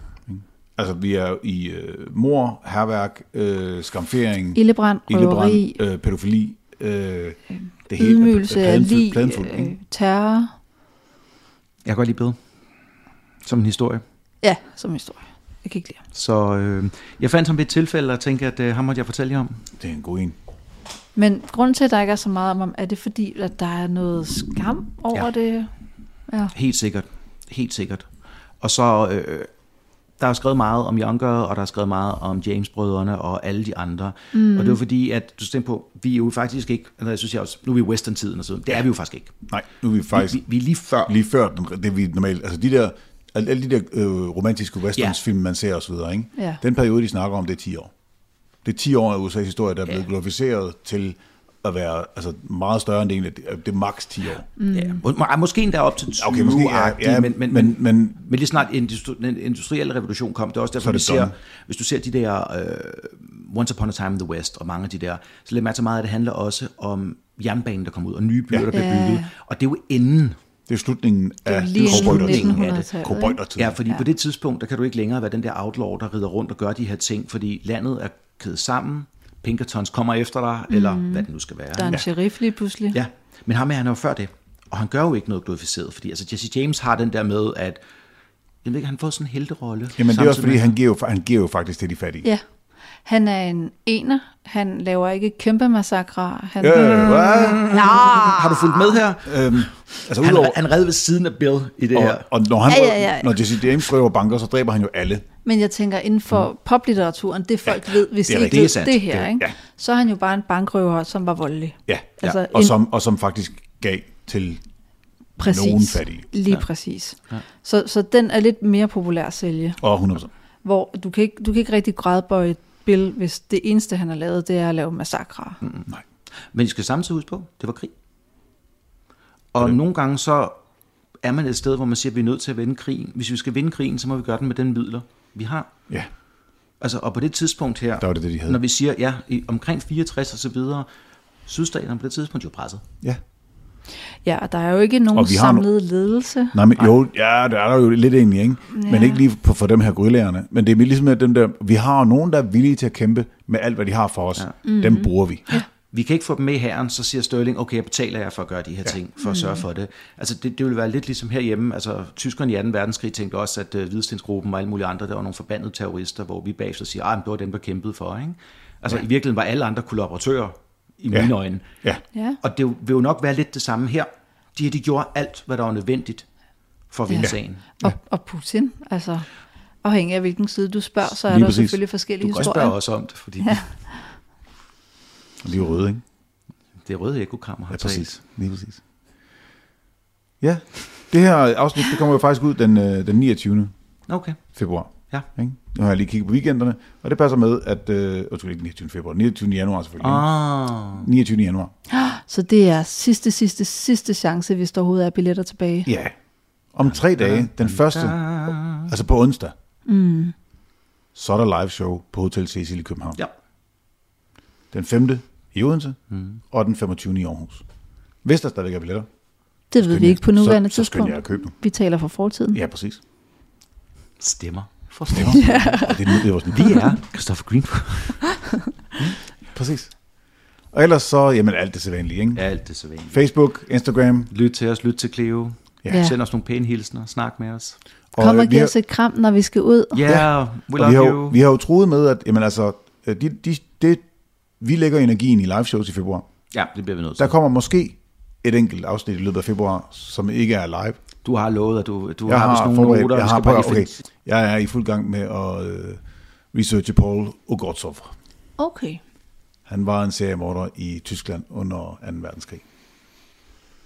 S2: Altså, vi er jo i øh, mor, herværk, øh, skamfering,
S3: ildebrand, røveri,
S2: ildebrand, øh, pædofili, øh, det hele.
S3: ydmygelse af
S2: pladen-
S3: lig,
S2: pladen fuld,
S3: øh,
S2: ikke?
S3: terror.
S1: Jeg kan godt lide bedre. Som en historie.
S3: Ja, som historie. Jeg kan ikke lide ham.
S1: Så øh, jeg fandt ham ved et tilfælde og tænkte, at øh, ham måtte jeg fortælle jer om.
S2: Det er en god en.
S3: Men grunden til, at der ikke er så meget om ham, er det fordi, at der er noget skam over
S1: Ja.
S3: ja. det? Ja.
S1: Helt sikkert. Helt sikkert. Og så, øh, der er skrevet meget om Younger, og der er skrevet meget om James-brødrene og alle de andre. Mm. Og det var fordi, at du skal tænke på, vi er jo faktisk ikke, eller jeg synes jeg også, nu er vi i western-tiden og sådan noget. Det er vi jo faktisk ikke.
S2: Nej, nu er vi faktisk
S1: Vi, vi er lige før.
S2: lige før den, det, vi normalt... Altså, de der, alle alle de der øh, romantiske westernsfilm, man ser osv., ikke?
S3: Ja.
S2: Den periode, de snakker om, det er 10 år. Det er 10 år af USA's historie, der er blevet glorificeret til at være altså, meget større end det egentlig. Det er- Det er maks 10 år.
S1: Mm. Ja, må, må- måske endda op til 20
S2: Okay, måske, ja, ja,
S1: men, men,
S2: men,
S1: men,
S2: men
S1: men lige snart industri, den industrielle revolution kom, det er også derfor,
S2: er
S1: vi
S2: det
S1: ser,
S2: done.
S1: hvis du ser de der uh, Once Upon a Time in the West og mange af de der, så læg mærke til meget af det handler også om jernbanen, der kom ud, og nye byer,
S2: Ja.
S1: der blev
S3: Ja.
S1: bygget. Og det er jo enden
S2: det er slutningen af
S3: lige inden
S2: cowboydertiden.
S3: 1900-tallet, ikke?
S2: Cowboydertiden.
S1: Ja, fordi ja. på det tidspunkt, der kan du ikke længere være den der outlaw, der rider rundt og gør de her ting, fordi landet er kædet sammen, Pinkertons kommer efter dig, mm. eller hvad det nu skal være.
S3: Mhm. Der er en
S1: ja.
S3: ja. sheriff lige pludselig.
S1: ja, men ham er han er jo før det, og han gør jo ikke noget glorificeret, fordi altså Jesse James har den der med, at jeg ved ikke, han får sådan en helterolle.
S2: Jamen, det er også
S1: samtidig
S2: fordi,
S1: med-
S2: han giver, jo, han giver jo faktisk det, de er fattige.
S3: ja. Han er en ener. Han laver ikke kæmpe massakre. Han,
S2: Øh, hvad?
S1: Har du fulgt med her?
S2: Øhm, altså,
S1: Han,
S2: udover,
S1: han red ved siden af Bill i det her.
S2: og, og når, han
S3: Ja,
S2: røver,
S3: ja, ja.
S2: når Jesse James røver banker, så dræber han jo alle.
S3: Men jeg tænker, inden for mm. poplitteraturen, det folk ja, ved, hvis
S2: det er
S3: de ikke
S2: rigtigt.
S1: Det er sandt.
S3: ved det her,
S1: Det-
S3: ikke?
S2: ja.
S3: så er han jo bare en bankrøver, som var voldelig.
S2: Ja,
S3: Altså,
S2: altså, ja. Og,
S3: en-
S2: som, og som faktisk gav til
S3: Præcis.
S2: nogen fattige.
S3: Lige ja. præcis. Ja. Så, så den er lidt mere populær at sælge,
S2: og 100%.
S3: hvor du kan ikke, du kan ikke rigtig grædbøje Bill, hvis det eneste, han har lavet, det er at lave massakrer. Mm.
S2: Nej.
S1: Men I skal samtidig huske på, det var krig. Og okay. nogle gange så er man et sted, hvor man siger, at vi er nødt til at vinde krigen. Hvis vi skal vinde krigen, så må vi gøre den med den midler, vi har.
S2: Ja,
S1: Altså, og på det tidspunkt her,
S2: Der var det det, de havde.
S1: når vi siger, ja, i, omkring 64 og så videre, sydstaterne på det tidspunkt jo presset.
S2: ja.
S3: Ja, og der er jo ikke nogen
S2: Og vi har no-
S3: samlet ledelse.
S2: Nej, men jo, ja, der er der jo lidt egentlig, ikke? Ja. Men ikke lige på, for dem her grillærerne. Men det er ligesom at dem der, vi har jo nogen, der er villige til at kæmpe med alt, hvad de har for os. Ja. Dem bruger vi. Mm. Ja.
S1: Vi kan ikke få dem med i herren, så siger Stirling, okay, jeg betaler jer for at gøre de her ja. ting, for at sørge for det. Altså, det, det ville være lidt ligesom herhjemme. Altså, tyskerne i 2. verdenskrig tænkte også, at øh, Hvidstensgruppen og alle mulige andre, der var nogle forbandede terrorister, hvor vi bagefter siger, at det var dem, der kæmpede for, ikke? Altså, ja. i virkeligheden var alle andre kollaboratører, i
S2: Ja.
S1: mine øjne.
S2: ja.
S3: Ja.
S1: Og det vil jo nok være lidt det samme her. De her, de gjorde alt, hvad der var nødvendigt for at vinde ja. sagen.
S3: Og, og Putin, altså afhængig af hvilken side du spørger, så er
S2: Lige
S3: der
S2: præcis.
S3: selvfølgelig forskellige
S1: Du kan også
S3: historier.
S1: spørge os om det, fordi ja.
S2: Og de er røde, ikke?
S1: Det røde ekokammer har
S2: Ja,
S1: talt.
S2: præcis. Lige præcis. Ja, det her afsnit, det kommer jo faktisk ud den, øh, den 29.
S1: Okay,
S2: februar.
S1: ja.
S2: Ikke? Nu har jeg lige kigget på weekenderne, og det passer med, at... Øh, undskyld, ikke 29. februar, 29. januar selvfølgelig. Ah.
S1: Ah,
S2: 29. januar.
S3: Så det er sidste, sidste, sidste chance, hvis der overhovedet er billetter tilbage.
S2: Ja. Om tre dage, den første, altså på onsdag, mm. så er der live show på Hotel Cecil i København.
S1: ja.
S2: Den 5. i Odense, mm. og den 25. i Aarhus. Hvis der stadigvæk er billetter,
S3: Det ved vi ikke på nuværende
S2: så, så skynd
S3: tidspunkt.
S2: jer at købe nu.
S3: Vi taler fra fortiden.
S2: Ja, præcis.
S1: Stemmer. For stemmer.
S2: Ja. Det, er nu, det var sådan,
S1: Vi er Christopher Greenwood.
S2: Præcis. Og ellers så, jamen alt det sædvanlige, ikke? Ja.
S1: Ja, alt det så vanligt.
S2: Facebook, Instagram.
S1: Lyt til os, lyt til Cleo.
S2: Ja.
S3: Ja.
S1: Send os nogle pæne hilsner, snak med os.
S3: Kom og
S2: øh, vi
S3: giv
S2: har,
S3: os et kram, når vi skal ud.
S1: Ja, yeah, we
S2: og
S1: love
S2: vi, har,
S1: you.
S2: jo- vi har jo troet med, at jamen, altså, øh, de, de, det, vi lægger energien i live shows i februar.
S1: Ja, det bliver vi nødt til.
S2: Der kommer måske et enkelt afsnit i løbet af februar, som ikke er live.
S1: Du har lovet, at du, du har, vist nogle
S2: forberedt-
S1: noter.
S2: jeg,
S1: vi
S2: har,
S1: skal bare
S2: prøv,
S1: lige
S2: okay,
S1: finde-
S2: jeg er i fuld gang med at øh, researche Paul Ogotsov.
S3: Okay.
S2: Han var en seriemorder i Tyskland under 2. verdenskrig.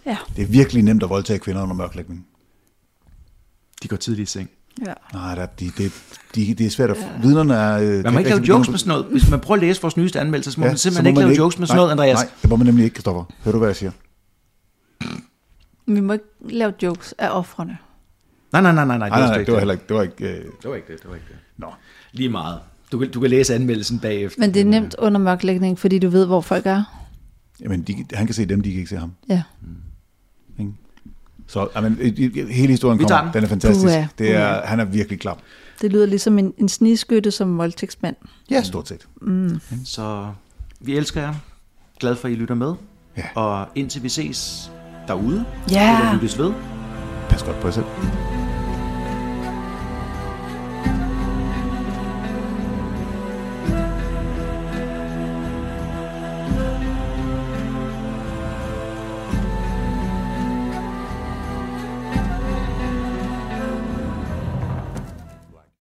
S3: Ja.
S2: Det er virkelig nemt at voldtage kvinder under mørklægning.
S1: De går tidligt i seng.
S3: ja.
S2: Nej, der, de, det, de, det er svært at... Vidnerne er... øh,
S1: Man
S2: kan
S1: må ikke lave
S2: rigtig
S1: jokes
S2: begynde-
S1: med sådan noget. Hvis man prøver at læse vores nyeste anmeldelse, så må ja, man
S2: så
S1: simpelthen
S2: må
S1: ikke
S2: man
S1: lave jokes med sådan noget, Andreas.
S2: Nej, det må man nemlig ikke, Kristoffer. Hører du, hvad jeg siger?
S3: Vi må ikke lave jokes af offrene.
S1: Nej, nej, nej, nej, nej,
S2: Nej, nej, nej, det var
S1: det.
S2: heller ikke... Det var ikke øh,
S1: Det var ikke det, det var ikke det.
S2: nå.
S1: Lige meget. Du kan, du kan læse anmeldelsen bagefter.
S3: Men det er nemt under mørklægning, fordi du ved, hvor folk er.
S2: Jamen, de, han kan se dem, de kan ikke se ham.
S3: Ja.
S2: Ikke? Så amen, øh, hele historien
S1: Vi tager
S2: kommer.
S1: den.
S2: Den er fantastisk.
S3: Uha,
S2: Det er,
S3: uha.
S2: han er virkelig klam.
S3: Det lyder ligesom en, en snigskytte som voldtægtsmand.
S2: Ja, stort set.
S1: Så vi elsker jer. Glad for, at I lytter med.
S2: Ja.
S1: Og indtil vi ses derude,
S3: Ja.
S1: eller lyttes ved,
S2: Pas godt på jer selv.